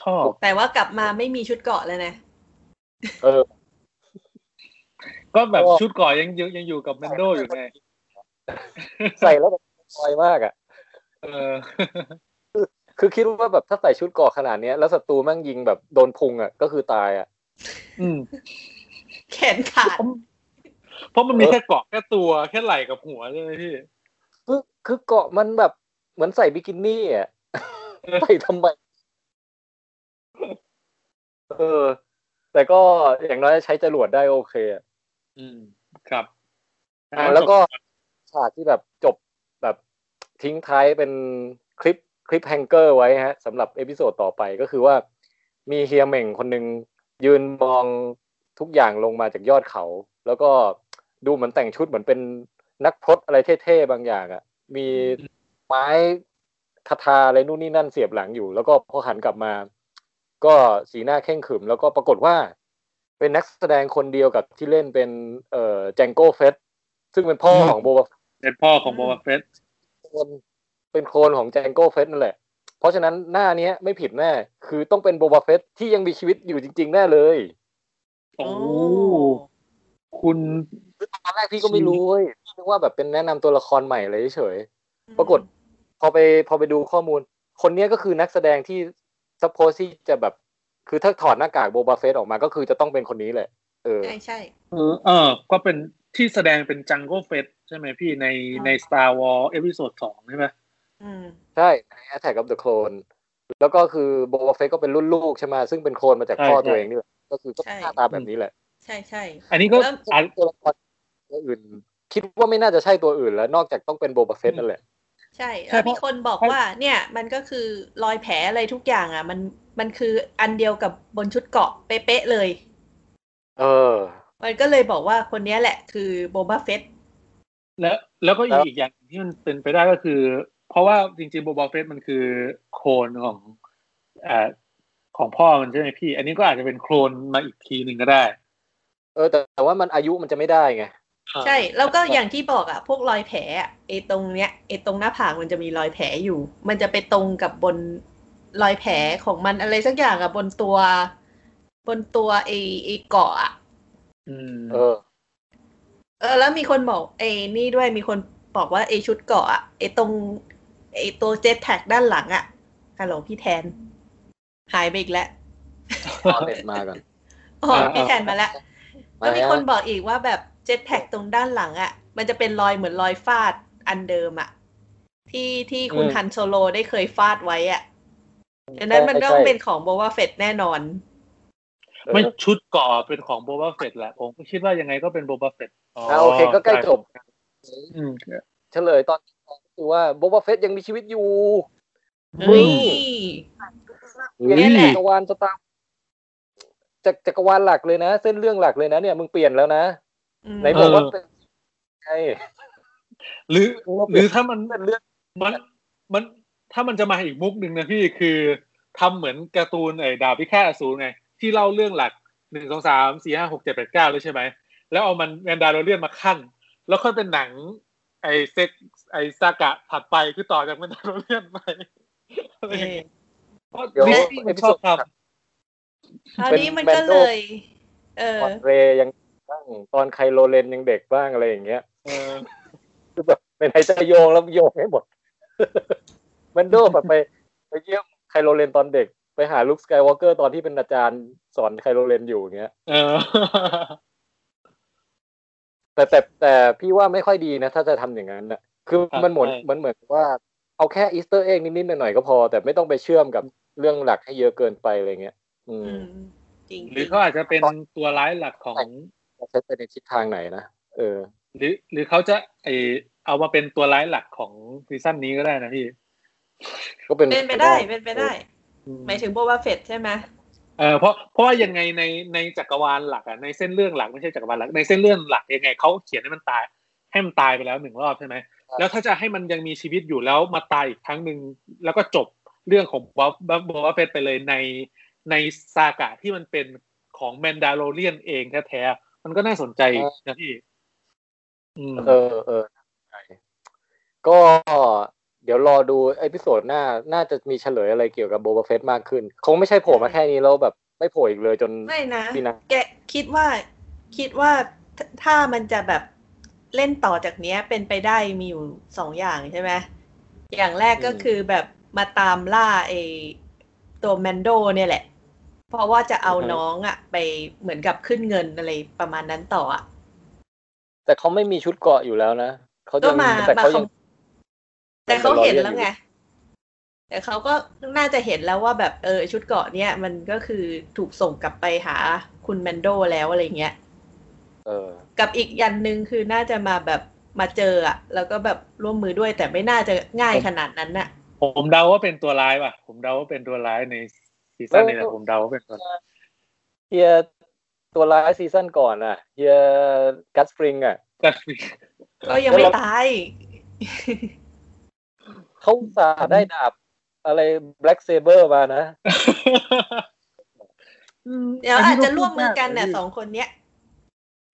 B: ชอบ
C: แต่ว่ากลับมาไม่มีชุดเกาะแล้วนะ
A: เอ อ
B: ก็แบบ
A: โอ้
B: ชุดก่อยังอยู่ยังอยู่กับแมนโดอยู่ไง
A: ใส่แล้วแบบลอยมากอ่ะ
B: เออ
A: คือคิดว่าแบบถ้าใส่ชุดเกราะขนาดเนี้ยแล้วศัตรูแมั่งยิงแบบโดนพุงอ่ะก็คือตายอ่ะ
B: อืม
C: แขนขาด
B: เพราะมันมี
A: เออ
B: แค่เกาะแค่ตัวแค่ไหล่กับหัวใช่ไหมพี่
A: คือคือเกาะมันแบบเหมือนใส่บิกินี่ อ่ะ
B: เออ
A: ใส่ทำไม เออ แต่ก็อย่างน้อยใช้จรวดได้โอเคอะ
B: อืม ครับ
A: อ่ะแล้วก็ฉากที่แบบจบแบบทิ้งท้ายเป็นคลิปคลิปแฮงเกอร์ไว้ฮะสำหรับเอพิโซดต่อไปก็คือว่ามีเฮียเหม่งคนหนึ่งยืนมองทุกอย่างลงมาจากยอดเขา แล้วก็ดูเหมือนแต่งชุดเหมือนเป็นนักพรตอะไรเท่ๆบางอย่างอะ่ะ มีไม้คาทาอะไรนู่นนี่นั่นเสียบหลังอยู่ แล้วก็พอหันกลับมา ก็สีหน้าเคร่งขรึม แล้วก็ปรากฏว่า เป็นนักแสดงคนเดียวกับที่เล่นเป็นเอ่อแจงโก้เฟสซึ่งเป็นพ่อของโบวา
B: เป็นพ่อของโบวาเฟต
A: โคลนเป็นโคลนของแจงโก้เฟสนั่นแหละ เพราะฉะนั้นหน้าเนี้ยไม่ผิดแน่ คือต้องเป็นโบบาเฟสที่ยังมีชีวิตอยู่จริง ๆ แน่เลย
B: โอ้คุณ
A: ตอนแรกพี่ก็ไม่รู้เว้ยนึกว่าแบบเป็นแนะนำตัวละครใหม่เลยเฉยๆปรากฏพอไปพอไปดูข้อมูล คนเนี้ยก็คือนักแสดงที่ซัพโพสที่จะแบบ คือถ้าถอดหน้ากากโบบาเฟสออกมาก็คือจะต้องเป็นคนนี้แหละ เออ
C: ใช่ใช่
B: เออเออ ก็เป็นที่แสดงเป็นจังโก้เฟสใช่ไหมพี่ใน
C: อ่า
B: ใน Star Wars เอพิโซดสองใช่ไหม
C: อืม
A: ใช่ใน Attack of the Clone แล้วก็คือโบบาเฟสก็เป็นรุ่นลูกใช่ไหมซึ่งเป็นโคลนมาจากพ่อตัวเองนี่แหละก็คือก็หน้าตาแบบนี้แหละ
C: ใช่ใช่
B: อันนี้ก็
C: แล้ว
B: อ่ะ
A: ตัวละครตัวอื่น คิดว่าไม่น่าจะใช่ตัวอื่นแล้ว นอกจากต้องเป็นโบบาเฟตนั่นแหละ
C: ใช่แล้วมีคนบอกว่า เนี่ย มันก็คือรอยแผลอะไรทุกอย่างอ่ะ มันมันคืออันเดียวกับบนชุดเกาะเป๊ะๆเลย
A: เออ
C: มันก็เลยบอกว่าคนเนี้ยแหละคือโบบาเฟต
B: แล้วแล้วก็
A: แล้ว
B: อีกอย่างที่มันเป็นไปได้ก็คือ เพราะว่าจริงๆโบบาเฟสมันคือโคลนของอ่าของพ่อมันใช่ไหมพี่ อันนี้ก็อาจจะเป็นโคลนมาอีกทีหนึ่งก็ได้
A: เออแต่แต่ว่ามันอายุมันจะไม่ได้ไง
C: ใช่ แล้วก็อย่างที่บอกอ่ะ พวกรอยแผลอะไอตรงเนี้ยไอตรงหน้าผากมันจะมีรอยแผลอยู่ มันจะไปตรงกับบนรอยแผลของมันอะไรสักอย่างอ่ะบนตัว บนตัวไอไอเกาะอ่ะ
B: อืม
A: เออ
C: เออแล้วมีคนบอกไอ้นี่ด้วยมีคนบอกว่าไอ้ชุดเกาะอะไอ้ตรงไอ้ตัวเจ็ตแท็กด้านหลังอะฮัลโหลพี่แทน หายไปอีกแล้ว
A: ตอนเด็ดมาก่อน
C: อ๋อพี่แทนมาแล้วแล้วมีคนบอกอีกว่าแบบเจ็ตแท็กตรงด้านหลังอะมันจะเป็นรอยเหมือนรอยฟาดอันเดิมอะที่ที่คุณฮันโซโลได้เคยฟาดไว้อะดังนั้นมันต้องเป็นของโบวาเฟตแน่นอน
B: ไม่ชุดก่อเป็นของโบบาเฟตแหละ ผมก็คิดว่ายังไงก็เป็นโบบาเฟต
A: อ่ะโอเคก็ใกล้จบ
B: อืม
A: เฉลยตอนที่สองก็คือว่าโบบาเฟตยังมีชีวิตอยู่
B: เฮ้ย
C: นี่แหละ
A: จักรวาลสตาร์จากจักรวาลหลักเลยนะ เส้นเรื่องหลักเลยนะเนี่ยมึงเปลี่ยนแล้วนะ
C: อืม
A: ไหนบอกว่าเป็นไง
B: หรือหรือถ้ามัน
A: เป็นเรื่อง
B: มันมันถ้ามันจะมาอีกมุกหนึ่งนะพี่คือทำเหมือนการ์ตูนไอ้ดาบพิฆาตอสูรไง ที่เล่าเรื่องหลักหนึ่งสองสามสี่ห้าหกเจ็ดแปดเก้าเลยใช่ไหม แล้วเอามันแมนดาโลเรียนมาขั้น แล้วค่อยเป็นหนัง ไอเซกไอซากะถัดไปคือต่อจากมันดาโลเรียนไปอะไรอย่างเงี้ยเพราะ
A: เดี๋ยว
B: ดิสนีย์มันชอบทำ
C: คราวนี้มันก็เลย เออ
A: ตอนเรย์ยังบ้างตอนไคโลเรนยังเด็กบ้างอะไรอย่างเงี้ย
B: เออ
A: คือแบบเป็นไฮเซอร์โยงแล้วโยงให้หมด มันโดแบบไปไปเยี่ยมไคโลเรนตอนเด็ก ไปหาลุคสกายวอล์กเกอร์ตอนที่เป็นอาจารย์สอนไคโลเรนอยู่อย่างเงี้ย
B: เออ
A: แต่แต่แต่พี่ว่าไม่ค่อยดีนะ ถ้าจะทำอย่างนั้นนะคือมันเหมือน
B: ใช่
A: มันเหมือนว่าเอาแค่อีสเตอร์เอ็กนิดๆหน่อยๆก็พอ แต่ไม่ต้องไปเชื่อมกับเรื่องหลักให้เยอะเกินไปอะไรเงี้ย อืม
C: อืม จริง
B: หรือเขาอาจจะเป็นตัวร้ายหลักของ
A: ใช้ไปในทิศทางไหนนะเออ
B: หรือ หรือเขาจะไอเอามาเป็นตัวร้ายหลักของซีซั่นนี้ก็ได้นะพี่
A: ก็เป็น
C: เป็นไปได้ เป็นไปได้
B: อืม
C: หมายถึงโบวาเฟตใช่ไหม
B: เออเพราะเพราะว่ายังไงในในจักรวาลหลักอะในเส้นเรื่องหลักไม่ใช่จักรวาลหลักในเส้นเรื่องหลักยังไงเขาเขียนให้มันตายให้มันตายไปแล้วหนึ่งรอบใช่ไหมแล้วถ้าจะให้มันยังมีชีวิตอยู่แล้วมาตายอีกครั้งหนึ่งแล้วก็จบเรื่องของบ๊อบบ๊อบบ๊อบเฟตไปเลยในในซากะที่มันเป็นของแมนดาโลเรียนเองแท้ๆมันก็น่าสนใจนะพี่อืม
A: เออเออใช่ก็เดี๋ยวรอดูเอพิโซดหน้า น่าจะมีเฉลยอะไรเกี่ยวกับโบ b าเฟสมากขึ้น คงไม่ใช่โผล่มาแค่นี้แล้วแบบไม่โผล่อีกเลยจน
C: ไม่นะ
A: พี่นะ
C: แกคิดว่าคิดว่าถถ้ามันจะแบบเล่นต่อจากเนี้ยเป็นไปได้มีอยู่สองอย่างใช่ไหมอย่างแรกก็คือแบบมาตามล่าไอตัวแมนโดเนี่ยแหละ เพราะว่าจะเอาน้องอะไปเหมือนกับขึ้นเงินอะไรประมาณนั้นต่ออะ
A: แต่เขาไม่มีชุดเกราะอยู่แล้วนะเขา
C: ก็
A: จะ
C: มา
A: แต่
C: มา
A: เขา
C: ข
A: ยัง
C: โมแต่เขาเห็นแล้ว
A: เป็นรอยเลือดอยู่
C: ไง แต่เขาก็น่าจะเห็นแล้วว่าแบบเออชุดเกราะเนี่ย มันก็คือถูกส่งกลับไปหาคุณแมนโดแล้วอะไรเงี้ย
A: เออ
C: กับอีกยันหนึ่งคือน่าจะมาแบบมาเจออะแล้วก็แบบร่วมมือด้วยแต่ไม่น่าจะง่ายขนาดนั้นน่ะ
B: ผมเดาว่าเป็นตัวร้ายป่ะ ผมเดาว่าเป็นตัวร้ายในซีซั่นนี้แหละ
A: เออ
B: ผมเดาว่าเป็นตัวร้าย
A: เฮียตัวร้ายซีซั่นก่อนอ่ะเฮียกัสฟริงอ่ะ
B: ก็
C: ก็ยังไม่ตาย
A: เขาอุตสาห์ได้ดาบอะไรแบล็กเซเบอร์มานะ
C: เดี๋ยวอาจจะร่วมมือกันเนี่ยสองคนเนี้ย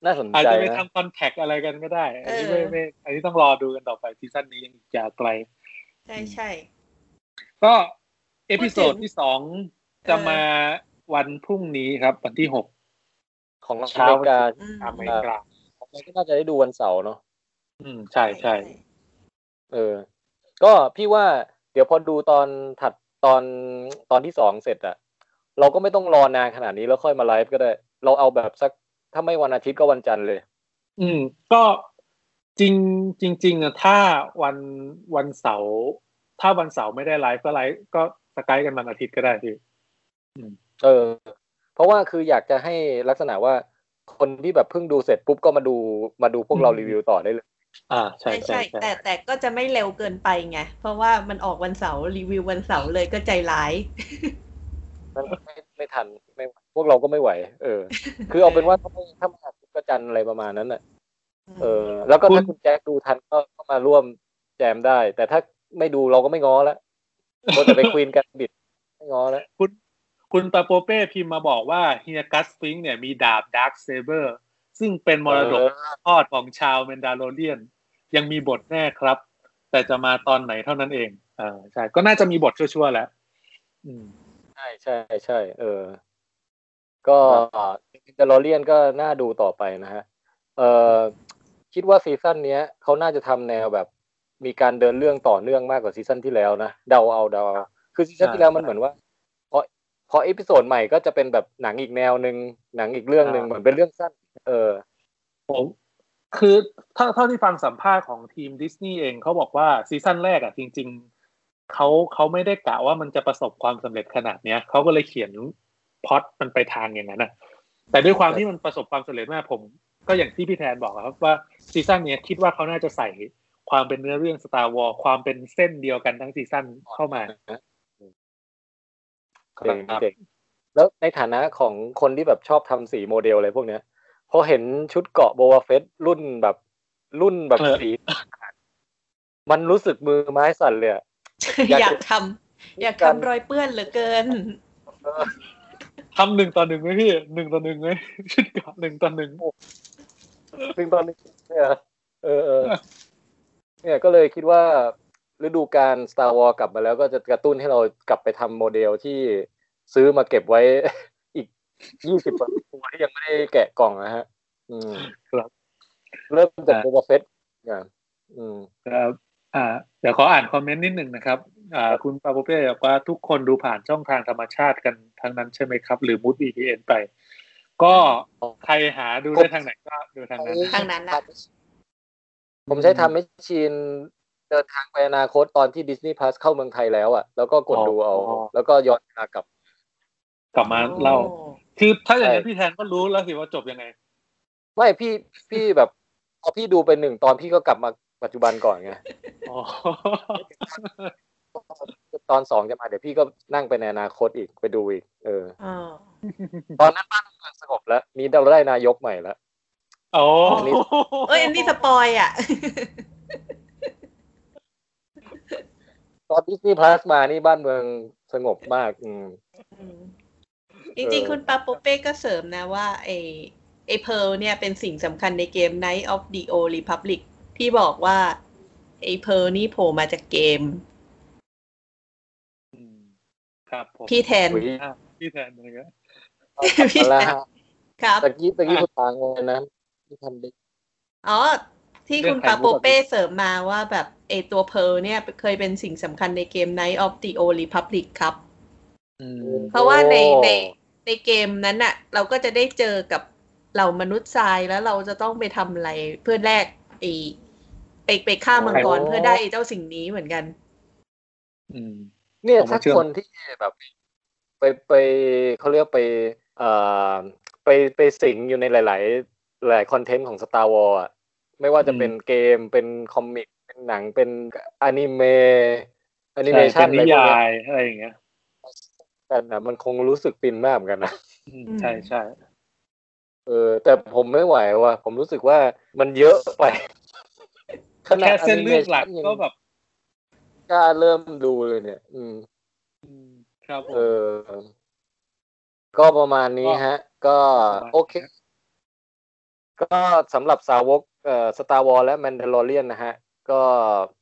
A: น่าสน
B: อาจ
A: ใจ
B: จะไป
A: นะ
B: ทำคอนแทคอะไรกันก็ได้ อันนี้
C: เออ
B: ไม่ไม่อันนี้ต้องรอดูกันต่อไปซีซั่นนี้ยังอีกยาวไกล
C: ใช่ใช่
B: ก็เอพิโซดที่สองจะมาวันพรุ่งนี้ครับ วันที่หก
A: ของอ
B: เช้า
A: เมริกา
C: อืม
B: อเมริกา
A: ของเราก็น่าจะได้ดูวันเสาร์เนาะ
B: อืมใช่ใช่
A: เออ ก็พี่ว่าเดี๋ยวพอดูตอนถัดตอนตอนที่สองเสร็จอะเราก็ไม่ต้องรอนานขนาดนี้แล้วค่อยมาไลฟ์ก็ได้ เราเอาแบบสักถ้าไม่วันอาทิตย์ก็วันจันทร์เลย
B: อืม ก็จริงจริงๆอะถ้าวันวันเสาร์ถ้าวันเสาร์ไม่ได้ไลฟ์ก็ไลฟ์ก็สกายกันวันอาทิตย์ก็ได้พี่
A: เออ เพราะว่าคืออยากจะให้ลักษณะว่าคนที่แบบเพิ่งดูเสร็จปุ๊บก็มาดูมาดูพวกเรารีวิวต่อได้เลย
B: อ่าใช่
C: ใช่
B: ใช่
C: ใช่
B: ใช่
C: แต่แต่ก็จะไม่เร็วเกินไปไง เพราะว่ามันออกวันเสาร์รีวิววันเสาร์เลยก็ใจร้าย
A: มันไม่ไม่ทันไม่ไหวพวกเราก็ไม่ไหว เออ คือเอาเป็นว่าถ้าไม่ถ้ามาอาทิตย์ก็จันทร์อะไรประมาณนั้นน่ะ เออ แล้วก็
B: คุณ
A: ถ้าคุณแจ็คดูทันก็ก็มาร่วมแจมได้ แต่ถ้าไม่ดูเราก็ไม่ง้อ แล้วเราจะไปควีนกันบิดไม่ง้อแล้ว
B: คุณปาโปเป้พิมพ์มาบอกว่าเฮียกัสฟิงค์เนี่ยมีดาบดาร์คเซเบอร์ซึ่งเป็นมรดกทอดของชาวเมนดาโลเรียน ยังมีบทแน่ครับ แต่จะมาตอนไหนเท่านั้นเองอ่าใช่ ก็น่าจะมีบทชั่วๆแหล้วอืม
A: ใช่ใช่ใช่เออ ก็จะรอเลียนก็น่าดูต่อไปนะฮะ เออคิดว่าซีซั่นเนี้ยเขาน่าจะทำแนวแบบ มีการเดินเรื่องต่อเนื่องมากกว่าซีซั่นที่แล้วนะเดาเอาเดาเอาคือซีซั่นที่แล้วมันเหมือนว่าพอพอเอพิโซดใหม่ก็จะเป็นแบบหนังอีกแนวหนึ่งหนังอีกเรื่องหนึ่ง
B: อ่า
A: เหมือนเป็นเรื่องสั้น เออ
B: ผมคือถ้าเท่าที่ฟังสัมภาษณ์ของทีมดิสนีย์เองเขาบอกว่าซีซั่นแรกอ่ะจริง ๆเขาเขาไม่ได้กะว่ามันจะประสบความสำเร็จขนาดเนี้ยเขาก็เลยเขียนพล็อตมันไปทางอย่างนั้นนะแต่ด้วยความที่มันประสบความสำเร็จมากผม ก็อย่างที่พี่แทนบอกอะครับว่าซีซั่นเนี้ยคิดว่าเขาน่าจะใส่ความเป็นเนื้อเรื่อง Star Wars ความเป็นเส้นเดียวกันทั้งซีซั่นเข้ามา
A: เจ๋งเจ๋งแล้วในฐานะของคนที่แบบชอบทำสีโมเดลอะไรพวกเนี้ย พอเห็นชุดเกาะโบวาเฟสรุ่นแบบรุ่นแบบ
B: เออ
A: สี มันรู้สึกมือไม้สั่นเลยอะ อยาก
C: อยากทำอยากทำรอยเปื้อนเหลือเกิน
B: ทำหนึ่งต่อหนึ่งไหมพี่หนึ่งต่อหนึ่งไหม ชุดเกาะหนึ่งต่อหนึ่ง
A: ซึ่งตอนนี้เนี่ยเออเออ เนี่ยก็เลยคิดว่าฤดูการ Star Wars กลับมาแล้วก็จะกระตุ้นให้เรากลับไปทำโมเดลที่ซื้อมาเก็บไว้ อีกยี่สิบตัวที่ยังไม่ได้แกะกล่องนะฮะ อืม
B: ครับ
A: เริ่มจากโบ b a เฟสอ่ะอืม
B: ครับอ่าเดี๋ยวขออ่านคอมเมนต์นิดหนึ่งนะครับ อ่า คุณปาโปเป้บอกว่าทุกคนดูผ่านช่องทางธรรมชาติกันทั้งนั้นใช่ไหมครับ หรือมุด VPN ไป ก็ใครหาดูได้ทางไหนก็ดูทางนั้น
C: ทางนั้นน่ะ
A: ผมใช้ทำให้ชีนเดินทางไปอนาคตตอนที่ดิสนีย์พ u s เข้าเมืองไทยแล้วอ่ะ แล้วก็กดดูเอา
B: อ๋อ
A: แล้วก็ย้อนเวลากลับ
B: กลับมาเล่า
C: โอ้
B: คือถ้าอย่าง
A: ใช่
B: นี้นพี่แทนก็รู้แล้วสิว่าจบยังไง
A: ไม่พี่พี่แบบพอพี่ดูไปหนึ่งตอนพี่ก็กลับมาปัจจุบันก่อนไง
B: อ๋อ
A: ตอนสองจะมาเดี๋ยวพี่ก็นั่งไปในอนาคตอีกไปดูอีก เออ
C: อ่า
A: ตอนนั้นบ้านเมืองสงบแล้ว มีเราได้นายกใหม่แล้ว
B: โอ้
A: อันนี้
C: เอ้ยอันนี้สปอยอ่ะ
A: ตอนดิสนีย์พ u s มานี่บ้านเมืองสงบมาก อืม
C: อืมจริง
A: เออ
C: ๆ คุณปาโปเป้ก็เสริมนะว่าไอไอเพลเนี่ยเป็นสิ่งสำคัญในเกม Night of the Old Republic ที่บอกว่าไอเพลนี่โผล่มาจากเกม
B: อืมครับผม
C: พี่แทน
A: อุ๊ย
B: อ่ะพี่แทนอะไรเงี้ย
C: พี่
A: เอาละฮะ
C: ครับ
A: ตะกี้ตะกี้คุณตางเลยนะที่ทำได้
C: อ๋อ ที่คุณปาโปเป้เสริมมาว่าแบบไอตัวเพลเนี่ยเคยเป็นสิ่งสำคัญในเกม Night of the Old Republic ครับ
B: อืม
C: เพราะว่าใน
A: โอ้
C: ในในเกมนั้นน่ะ เราก็จะได้เจอกับเหล่ามนุษย์ทรายแล้วเราจะต้องไปทำอะไรเพื่อแลกไอไปไปฆ่ามังกร
B: โอ้
C: เพื่อได้ไอ้เจ้าสิ่งนี้เหมือนกัน
B: อืม
A: เนี่ย
B: ผมว่า
A: ถ้า
B: เชื่อ
A: คนที่แบบ ไปไปเขาเรียกไปเอ่อไปไปสิงอยู่ในหลาย ๆ หลายคอนเทนต์ของ Star Wars อะไม่ว่าจะเป็นเกมเป็นคอมิก เป็นหนังเป็นอนิเมะแอนิเม
B: ใช่
A: ชั
B: เป็น น
A: อะไรพวก
B: นิยา
A: เนี้ย
B: ยอะไรอย่างเงี้ย
A: กันนะมันคงรู้สึกปินมากเหมือนกันนะ
B: อืม
C: อืม
B: ใช่ใช่
A: เออแต่ผมไม่ไหวว่ะผมรู้สึกว่ามันเยอะไป
B: แค่เส้นเรื่องหลักก็แบบ
A: กล้าเริ่มดูเลยเนี่ย อืม
B: อืมครับผม
A: เออ ก็ประมาณนี้ฮะ ก็
B: ประมาณ
A: โอเค ก็สำหรับสาวกเอ่อสตาร์วอลและแมนดาลอเรียนนะฮะ ก็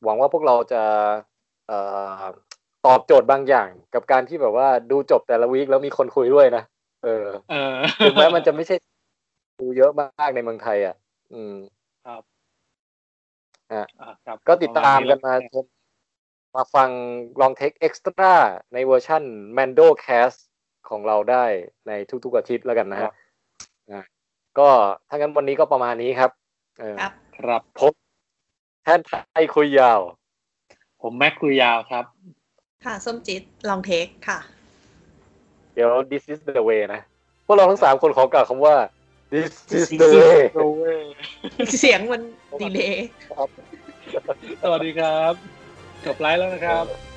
A: หวังว่าพวกเราจะเอ่อตอบโจทย์บางอย่าง กับการที่แบบว่าดูจบแต่ละวีคแล้วมีคนคุยด้วยนะ เออ
B: เออ
A: ถึงแม้มันจะไม่ใช่ดูเยอะมากในเมืองไทย อ่ะ อืม
B: อ่ะครับ
A: ก็ติดตามกันมาชมมาฟังลองเทคเอ็กซ์ตร้าในเวอร์ชั่น Mando Cast ของเราได้ในทุกๆอาทิตย์แล้วกันนะฮะอ่าก็ถ้างั้นวันนี้ก็ประมาณนี้ครับเออ
C: ครับ
B: ครับ
A: แทนไทยคุยยาว
B: ผมแม็กคุยยาวครับ
C: ค่ะ ส้มจิตลองเทคค่ะ
A: เดี๋ยว this is the way นะ พวกเราทั้งสามคนขอกล่าวคำว่า this is the way
C: เสียงมันดีเลย
B: สวัสดีครับ จบไลฟ์แล้วนะครับ